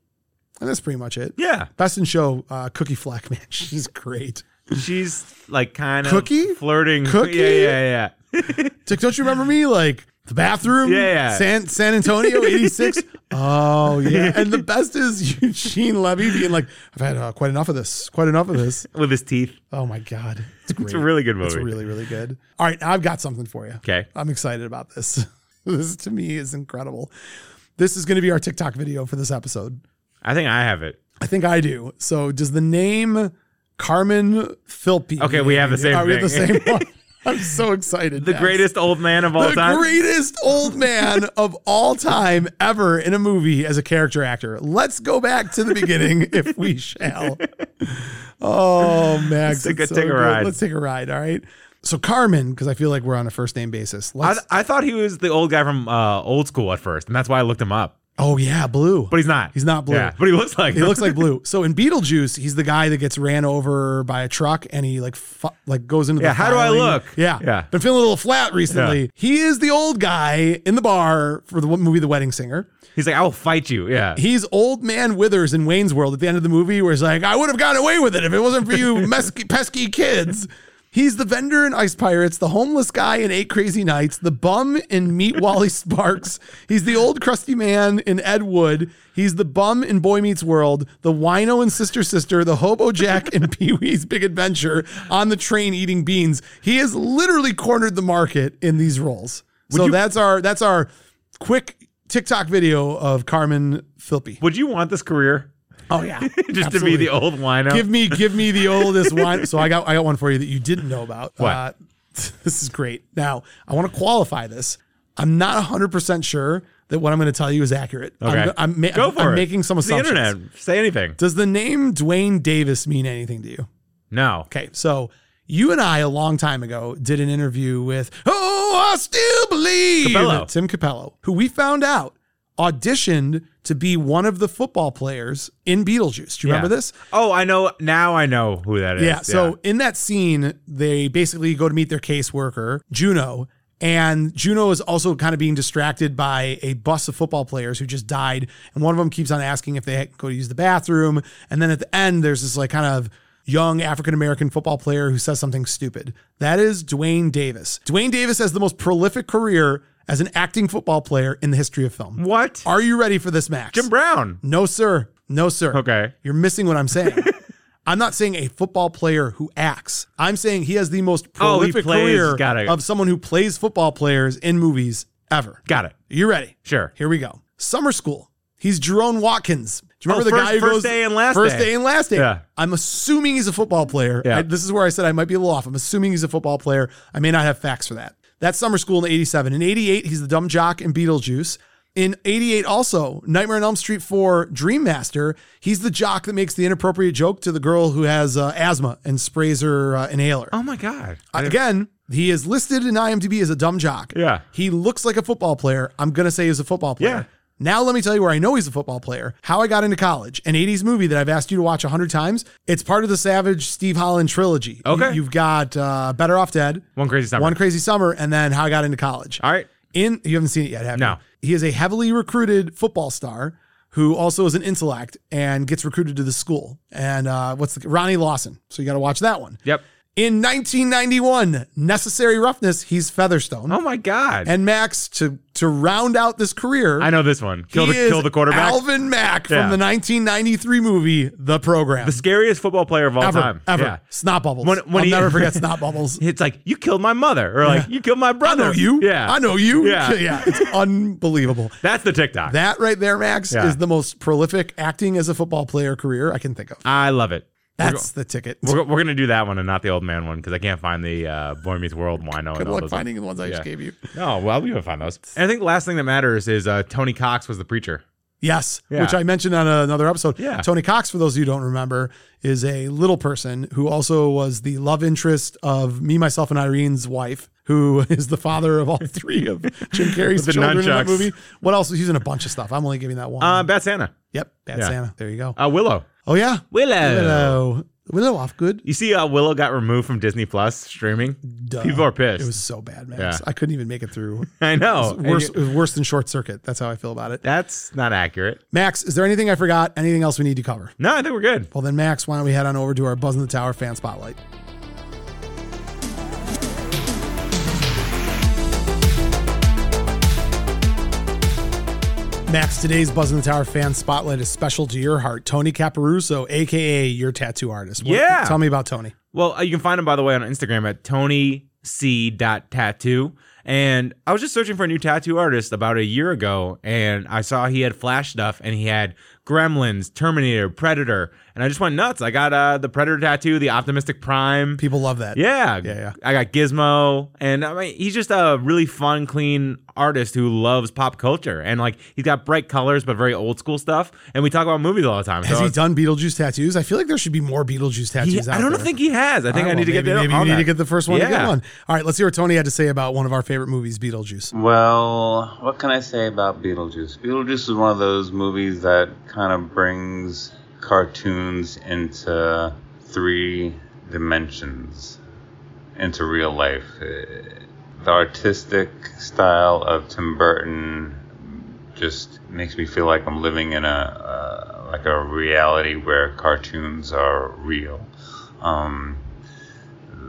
[SPEAKER 2] and that's pretty much it.
[SPEAKER 4] Yeah,
[SPEAKER 2] Best in show, uh, Cookie Flack, man, (laughs) she's great.
[SPEAKER 4] she's like kind of
[SPEAKER 2] Cookie?
[SPEAKER 4] flirting.
[SPEAKER 2] Cookie?
[SPEAKER 4] Yeah, yeah, yeah.
[SPEAKER 2] Dick, don't you remember me? Like the bathroom,
[SPEAKER 4] Yeah, yeah.
[SPEAKER 2] San San
[SPEAKER 4] (laughs)
[SPEAKER 2] Antonio '86. oh yeah, and the best is (laughs) Eugene Levy being like, I've had uh, quite enough of this, quite enough of this.
[SPEAKER 4] With his teeth.
[SPEAKER 2] Oh my god, it's great.
[SPEAKER 4] It's a really good movie.
[SPEAKER 2] It's really, really good. All right, I've got something for you.
[SPEAKER 4] okay.
[SPEAKER 2] I'm excited about this. (laughs) this to me is incredible. This is going to be our TikTok video for this episode.
[SPEAKER 4] I think I have it.
[SPEAKER 2] I think I do. So does the name Carmen Philpy?
[SPEAKER 4] Okay, we have the same
[SPEAKER 2] Are we the same
[SPEAKER 4] thing. (laughs)
[SPEAKER 2] one? I'm so excited.
[SPEAKER 4] The
[SPEAKER 2] Max.
[SPEAKER 4] greatest old man of all
[SPEAKER 2] the
[SPEAKER 4] time.
[SPEAKER 2] greatest old man of all time ever in a movie as a character actor. Let's go back to the beginning if
[SPEAKER 4] (laughs)
[SPEAKER 2] we shall. Oh, Max.
[SPEAKER 4] Let's take a-
[SPEAKER 2] it's so
[SPEAKER 4] take a
[SPEAKER 2] good.
[SPEAKER 4] ride.
[SPEAKER 2] Let's take a ride. All right. So Carmen, because I feel like we're on a first name basis.
[SPEAKER 4] I,
[SPEAKER 2] Let's,
[SPEAKER 4] I thought he was the old guy from uh, old school at first, and that's why I looked him up.
[SPEAKER 2] oh yeah, blue.
[SPEAKER 4] But he's not.
[SPEAKER 2] He's not blue.
[SPEAKER 4] Yeah, but he looks like.
[SPEAKER 2] he
[SPEAKER 4] him.
[SPEAKER 2] looks like blue. So in Beetlejuice, he's the guy that gets ran over by a truck and he like fu- like goes into
[SPEAKER 4] Yeah,
[SPEAKER 2] the
[SPEAKER 4] how do I
[SPEAKER 2] filing.
[SPEAKER 4] look?
[SPEAKER 2] Yeah.
[SPEAKER 4] Yeah.
[SPEAKER 2] Been feeling a little flat recently. He is the old guy in the bar for the movie The Wedding Singer.
[SPEAKER 4] (laughs) He's like, I will fight you. Yeah.
[SPEAKER 2] He's old man Withers in Wayne's World at the end of the movie, where he's like, I would have gotten away with it if it wasn't for you
[SPEAKER 4] (laughs)
[SPEAKER 2] mesky, pesky kids. He's the vendor in Ice Pirates, the homeless guy in Eight Crazy Nights, the bum in Meet Wally (laughs) Sparks. He's the old crusty man in Ed Wood. He's the bum in Boy Meets World, the wino in Sister Sister, the hobo jack
[SPEAKER 4] (laughs)
[SPEAKER 2] in Pee Wee's Big Adventure on the train eating beans. He has literally cornered the market in these roles. so
[SPEAKER 4] you-
[SPEAKER 2] that's our that's our quick TikTok video of Carmen Philpy.
[SPEAKER 4] Would you want this career?
[SPEAKER 2] Oh (laughs) yeah,
[SPEAKER 4] (laughs) Just to be the old wino.
[SPEAKER 2] give me give me the oldest wine. So I got I got one for you that you didn't know about. Uh,
[SPEAKER 4] What?
[SPEAKER 2] (laughs) this is great. Now I want to qualify this. I'm not 100 percent sure that what I'm going to tell you is accurate.
[SPEAKER 4] okay.
[SPEAKER 2] I'm, I'm, ma-
[SPEAKER 4] Go for
[SPEAKER 2] I'm
[SPEAKER 4] it.
[SPEAKER 2] making some
[SPEAKER 4] It's
[SPEAKER 2] assumptions.
[SPEAKER 4] The internet. Say anything.
[SPEAKER 2] Does the name Dwayne Davis mean anything to you?
[SPEAKER 4] No.
[SPEAKER 2] Okay, so you and I a long time ago did an interview with Oh, I still believe
[SPEAKER 4] Capello.
[SPEAKER 2] Tim Capello, who we found out auditioned to be one of the football players in Beetlejuice. Do you remember
[SPEAKER 4] Yeah.
[SPEAKER 2] this?
[SPEAKER 4] Oh, I know. Now I know who that is.
[SPEAKER 2] Yeah. So in that scene, they basically go to meet their caseworker, Juno. And Juno is also kind of being distracted by a bus of football players who just died. And one of them keeps on asking if they go to use the bathroom. And then at the end, there's this like kind of young African American football player who says something stupid. That is Dwayne Davis. Dwayne Davis has the most prolific career as an acting football player in the history of film.
[SPEAKER 4] what?
[SPEAKER 2] Are you ready for this, Max?
[SPEAKER 4] Jim Brown.
[SPEAKER 2] No, sir. No, sir.
[SPEAKER 4] Okay.
[SPEAKER 2] You're missing what I'm
[SPEAKER 4] (laughs)
[SPEAKER 2] saying. I'm not saying a football player who acts. I'm saying he has the most
[SPEAKER 4] Oh, he
[SPEAKER 2] prolific
[SPEAKER 4] plays.
[SPEAKER 2] career
[SPEAKER 4] Got it.
[SPEAKER 2] of someone who plays football players in movies ever.
[SPEAKER 4] Got it.
[SPEAKER 2] You ready?
[SPEAKER 4] Sure.
[SPEAKER 2] Here we go. Summer school. He's Jerome Watkins. Do you remember
[SPEAKER 4] Oh,
[SPEAKER 2] the
[SPEAKER 4] first-
[SPEAKER 2] guy who
[SPEAKER 4] first
[SPEAKER 2] goes
[SPEAKER 4] day and last
[SPEAKER 2] first
[SPEAKER 4] day.
[SPEAKER 2] day and last day?
[SPEAKER 4] Yeah.
[SPEAKER 2] I'm assuming he's a football player.
[SPEAKER 4] Yeah.
[SPEAKER 2] I- this is where I said I might be a little off. I'm assuming he's a football player. I may not have facts for that. That's Summer School in 87. In 88, he's the dumb jock in Beetlejuice. In 88, also, Nightmare on Elm Street 4 Dream Master, he's the jock that makes the inappropriate joke to the girl who has uh, asthma and sprays her uh, inhaler.
[SPEAKER 4] Oh my god.
[SPEAKER 2] Uh, Again, he is listed in IMDb as a dumb jock.
[SPEAKER 4] Yeah.
[SPEAKER 2] He looks like a football player. I'm going to say he's a football player.
[SPEAKER 4] Yeah.
[SPEAKER 2] Now let me tell you where I know he's a football player. How I got into college, an 80s movie that I've asked you to watch 100 times. It's part of the Savage Steve Holland trilogy.
[SPEAKER 4] Okay.
[SPEAKER 2] You, have got uh, Better Off Dead,
[SPEAKER 4] One crazy summer.
[SPEAKER 2] One Crazy Summer, and then How I Got Into College.
[SPEAKER 4] All right.
[SPEAKER 2] In you haven't seen it yet, have
[SPEAKER 4] No.
[SPEAKER 2] you? He is a heavily recruited football star who also is an intellect and gets recruited to the school. And uh, what's the Ronnie Lawson? So you got to watch that one.
[SPEAKER 4] Yep.
[SPEAKER 2] In 1991, Necessary Roughness, he's Featherstone.
[SPEAKER 4] Oh my god.
[SPEAKER 2] And Max, to to round out this career,
[SPEAKER 4] I know this one. Kill the
[SPEAKER 2] he is
[SPEAKER 4] kill the quarterback.
[SPEAKER 2] Alvin Mack
[SPEAKER 4] Yeah.
[SPEAKER 2] from the 1993 movie The Program.
[SPEAKER 4] the scariest football player of all
[SPEAKER 2] ever,
[SPEAKER 4] time.
[SPEAKER 2] ever.
[SPEAKER 4] Yeah.
[SPEAKER 2] Snot bubbles.
[SPEAKER 4] When- when
[SPEAKER 2] I'll
[SPEAKER 4] he-
[SPEAKER 2] never
[SPEAKER 4] (laughs)
[SPEAKER 2] forget snot bubbles.
[SPEAKER 4] It's like you killed my mother, or like you killed my
[SPEAKER 2] I
[SPEAKER 4] brother.
[SPEAKER 2] know you.
[SPEAKER 4] Yeah.
[SPEAKER 2] I know you. (laughs)
[SPEAKER 4] Yeah.
[SPEAKER 2] yeah. It's unbelievable.
[SPEAKER 4] That's the TikTok.
[SPEAKER 2] That right there, Max,
[SPEAKER 4] Yeah.
[SPEAKER 2] is the most prolific acting as a football player career I can think of.
[SPEAKER 4] I love it.
[SPEAKER 2] That's the ticket.
[SPEAKER 4] We're, we're gonna do that one and not the old man one because I can't find the uh, Boy Meets World one. I know
[SPEAKER 2] Good
[SPEAKER 4] and all
[SPEAKER 2] luck
[SPEAKER 4] those
[SPEAKER 2] finding the ones I just
[SPEAKER 4] Yeah.
[SPEAKER 2] gave you.
[SPEAKER 4] Oh well, we can find those. And I think the last thing that matters is uh, Tony Cox was the preacher.
[SPEAKER 2] Yes,
[SPEAKER 4] Yeah.
[SPEAKER 2] which I mentioned on another episode.
[SPEAKER 4] Yeah.
[SPEAKER 2] Tony Cox, for those of you who don't remember, is a little person who also was the love interest of me, myself, and Irene's wife, who (laughs) is the father of all three of Jim Carrey's
[SPEAKER 4] (laughs) With the
[SPEAKER 2] children in that
[SPEAKER 4] nunchucks.
[SPEAKER 2] movie. What else? He's in a bunch of stuff. I'm only giving that one.
[SPEAKER 4] Uh, Bad Santa.
[SPEAKER 2] yep, Bad
[SPEAKER 4] yeah.
[SPEAKER 2] Santa. There you go.
[SPEAKER 4] Uh, Willow.
[SPEAKER 2] oh yeah,
[SPEAKER 4] Willow.
[SPEAKER 2] Willow. Willow off good.
[SPEAKER 4] You see, uh, Willow got removed from Disney Plus streaming.
[SPEAKER 2] Duh.
[SPEAKER 4] People are pissed.
[SPEAKER 2] It was so bad, Max.
[SPEAKER 4] Yeah.
[SPEAKER 2] I couldn't even make it through.
[SPEAKER 4] I know. (laughs) And
[SPEAKER 2] Worse,
[SPEAKER 4] you-
[SPEAKER 2] it was worse than short circuit. That's how I feel about it.
[SPEAKER 4] that's not accurate.
[SPEAKER 2] Max, is there anything I forgot? Anything else we need to cover?
[SPEAKER 4] No, I think we're good.
[SPEAKER 2] Well, then, Max, why don't we head on over to our Buzz in the Tower fan spotlight? Max, today's Buzz in the Tower fan spotlight is special to your heart. Tony Caparuso, aka your tattoo artist. What-
[SPEAKER 4] Yeah.
[SPEAKER 2] Tell me about Tony.
[SPEAKER 4] Well, uh, you can find him by the way on Instagram at tonyc.tattoo. And I was just searching for a new tattoo artist about a year ago, and I saw he had Flash stuff, and he had Gremlins, Terminator, Predator, and I just went nuts. I got uh, the Predator tattoo, the Optimistic Prime.
[SPEAKER 2] People love that.
[SPEAKER 4] Yeah,
[SPEAKER 2] Yeah, yeah.
[SPEAKER 4] I got Gizmo, and I mean, he's just a really fun, clean artist who loves pop culture, and like he's got bright colors, but very old school stuff. And we talk about movies all the time.
[SPEAKER 2] Has
[SPEAKER 4] so
[SPEAKER 2] he done Beetlejuice tattoos? I feel like there should be more Beetlejuice tattoos
[SPEAKER 4] he-
[SPEAKER 2] out
[SPEAKER 4] I don't
[SPEAKER 2] there.
[SPEAKER 4] think he has. I think I
[SPEAKER 2] All right,
[SPEAKER 4] need to
[SPEAKER 2] well,
[SPEAKER 4] get
[SPEAKER 2] maybe,
[SPEAKER 4] the-
[SPEAKER 2] maybe you
[SPEAKER 4] on
[SPEAKER 2] need
[SPEAKER 4] that.
[SPEAKER 2] to get the first one to get
[SPEAKER 4] Yeah.
[SPEAKER 2] one. All right, let's hear what Tony had to say about one of our favorite movies, Beetlejuice.
[SPEAKER 5] Well, what can I say about Beetlejuice? Beetlejuice is one of those movies that kind of brings cartoons into three dimensions, into real life. Eh, The artistic style of Tim Burton just makes me feel like I'm living in a uh, like a reality where cartoons are real. Um,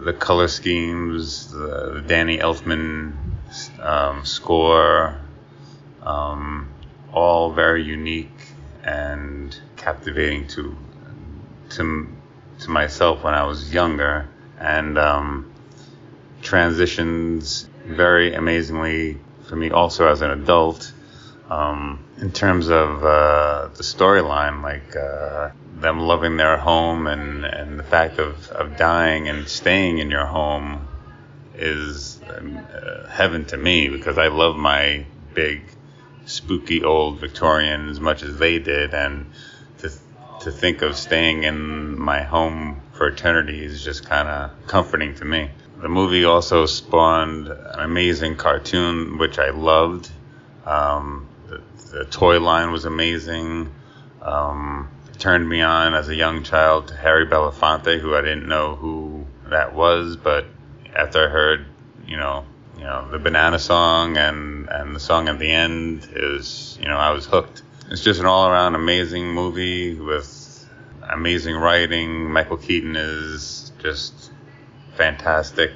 [SPEAKER 5] the color schemes, the, the Danny Elfman um, score, um, all very unique and captivating to to to myself when I was younger, and um, transitions very amazingly for me also as an adult. Um, in terms of uh, the storyline, like uh, them loving their home and, and the fact of, of dying and staying in your home is um, uh, heaven to me because I love my big, spooky old Victorian as much as they did, and to to think of staying in my home for eternity is just kind of comforting to me. The movie also spawned an amazing cartoon which I loved. Um, the, the toy line was amazing. Um, it turned me on as a young child to Harry Belafonte, who I didn't know who that was, but after I heard, you know, you know, the banana song and, and the song at the end is, you know, I was hooked. It's just an all around amazing movie with amazing writing. Michael Keaton is just fantastic,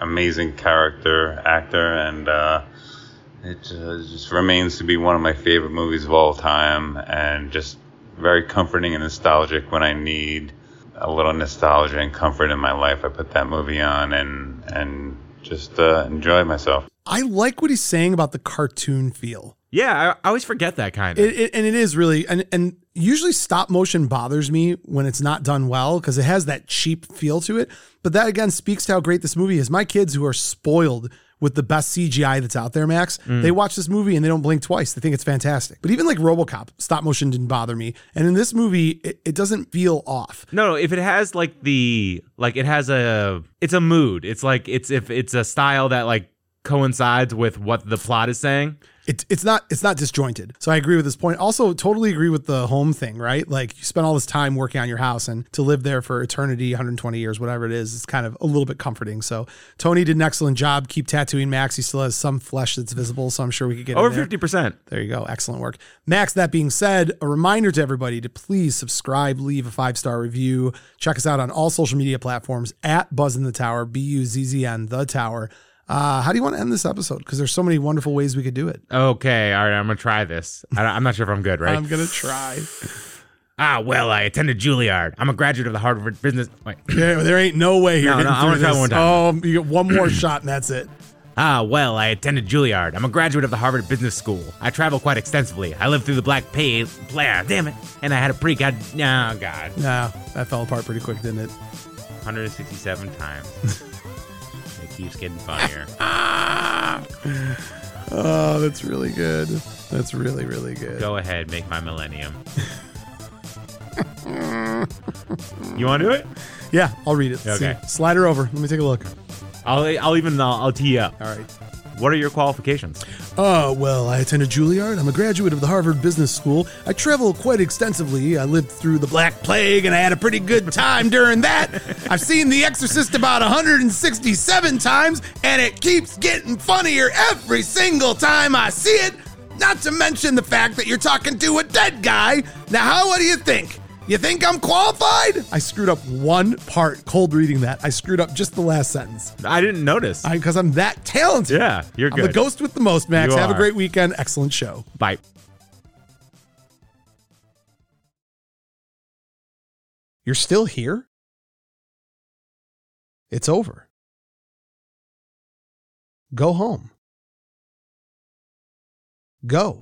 [SPEAKER 5] amazing character, actor, and uh, it uh, just remains to be one of my favorite movies of all time and just very comforting and nostalgic when I need a little nostalgia and comfort in my life. I put that movie on and, and just uh, enjoy myself.
[SPEAKER 2] I like what he's saying about the cartoon feel.
[SPEAKER 4] Yeah, I, I always forget that kind of.
[SPEAKER 2] It, it, and it is really, and, and Usually, stop motion bothers me when it's not done well because it has that cheap feel to it. But that again speaks to how great this movie is. My kids, who are spoiled with the best CGI that's out there, Max, they watch this movie and they don't blink twice. They think it's fantastic. But even like Robocop, stop motion didn't bother me. And in this movie, it, it doesn't feel off.
[SPEAKER 4] No, no, if it has like the like it has a it's a mood. It's like it's if it's a style that like coincides with what the plot is saying.
[SPEAKER 2] it, it's not it's not disjointed. So I agree with this point. Also, totally agree with the home thing, right? Like you spend all this time working on your house, and to live there for eternity, 120 years, whatever it is, it's kind of a little bit comforting. So Tony did an excellent job. Keep tattooing Max. He still has some flesh that's visible, so I'm sure we could get in
[SPEAKER 4] Over
[SPEAKER 2] there.
[SPEAKER 4] fifty percent.
[SPEAKER 2] There you go. Excellent work. Max, that being said, a reminder to everybody to please subscribe, leave a five star review. Check us out on all social media platforms at Buzz in the Tower, B U Z Z N, The Tower. Uh, how do you want to end this episode? Because there's so many wonderful ways we could do it.
[SPEAKER 4] Okay, all right, I'm gonna try this. I, I'm not sure if I'm good, right?
[SPEAKER 2] I'm going to try.
[SPEAKER 4] ah, well, I attended Juilliard. I'm a graduate of the Harvard Business. Wait. (clears throat)
[SPEAKER 2] There, there ain't no way you're
[SPEAKER 4] No,
[SPEAKER 2] getting
[SPEAKER 4] no, I
[SPEAKER 2] through
[SPEAKER 4] wanna try
[SPEAKER 2] this.
[SPEAKER 4] one
[SPEAKER 2] Oh, you get one more shot and that's it.
[SPEAKER 4] Ah, well, I attended Juilliard. I'm a graduate of the Harvard Business School. I travel quite extensively. I lived through the Black Plague, blah, damn it, and I had a pre god. Oh God,
[SPEAKER 2] Nah, that fell apart pretty quick, didn't it?
[SPEAKER 4] 167 times. (laughs) it keeps getting funnier.
[SPEAKER 2] Oh, that's really good. That's really, really good.
[SPEAKER 4] Go ahead, make my millennium. you want to do it?
[SPEAKER 2] Yeah, I'll read it.
[SPEAKER 4] Okay.
[SPEAKER 2] See. Slide her over. Let me take a look.
[SPEAKER 4] I'll, I'll even I'll, I'll tee you up.
[SPEAKER 2] All right.
[SPEAKER 4] What are your qualifications?
[SPEAKER 2] Oh, well, I attended Juilliard. I'm a graduate of the Harvard Business School. I travel quite extensively. I lived through the Black Plague and I had a pretty good time during that. I've seen The Exorcist about 167 times, and it keeps getting funnier every single time I see it. Not to mention the fact that you're talking to a dead guy. Now, how what do you think? You think I'm qualified? I screwed up one part cold reading that. I screwed up just the last sentence
[SPEAKER 4] I didn't notice.
[SPEAKER 2] because I'm that talented.
[SPEAKER 4] yeah, you're
[SPEAKER 2] I'm
[SPEAKER 4] good.
[SPEAKER 2] the ghost with the most, Max.
[SPEAKER 4] You
[SPEAKER 2] Have a
[SPEAKER 4] are.
[SPEAKER 2] great weekend. Excellent show.
[SPEAKER 4] Bye.
[SPEAKER 2] You're still here? It's over. Go home. Go.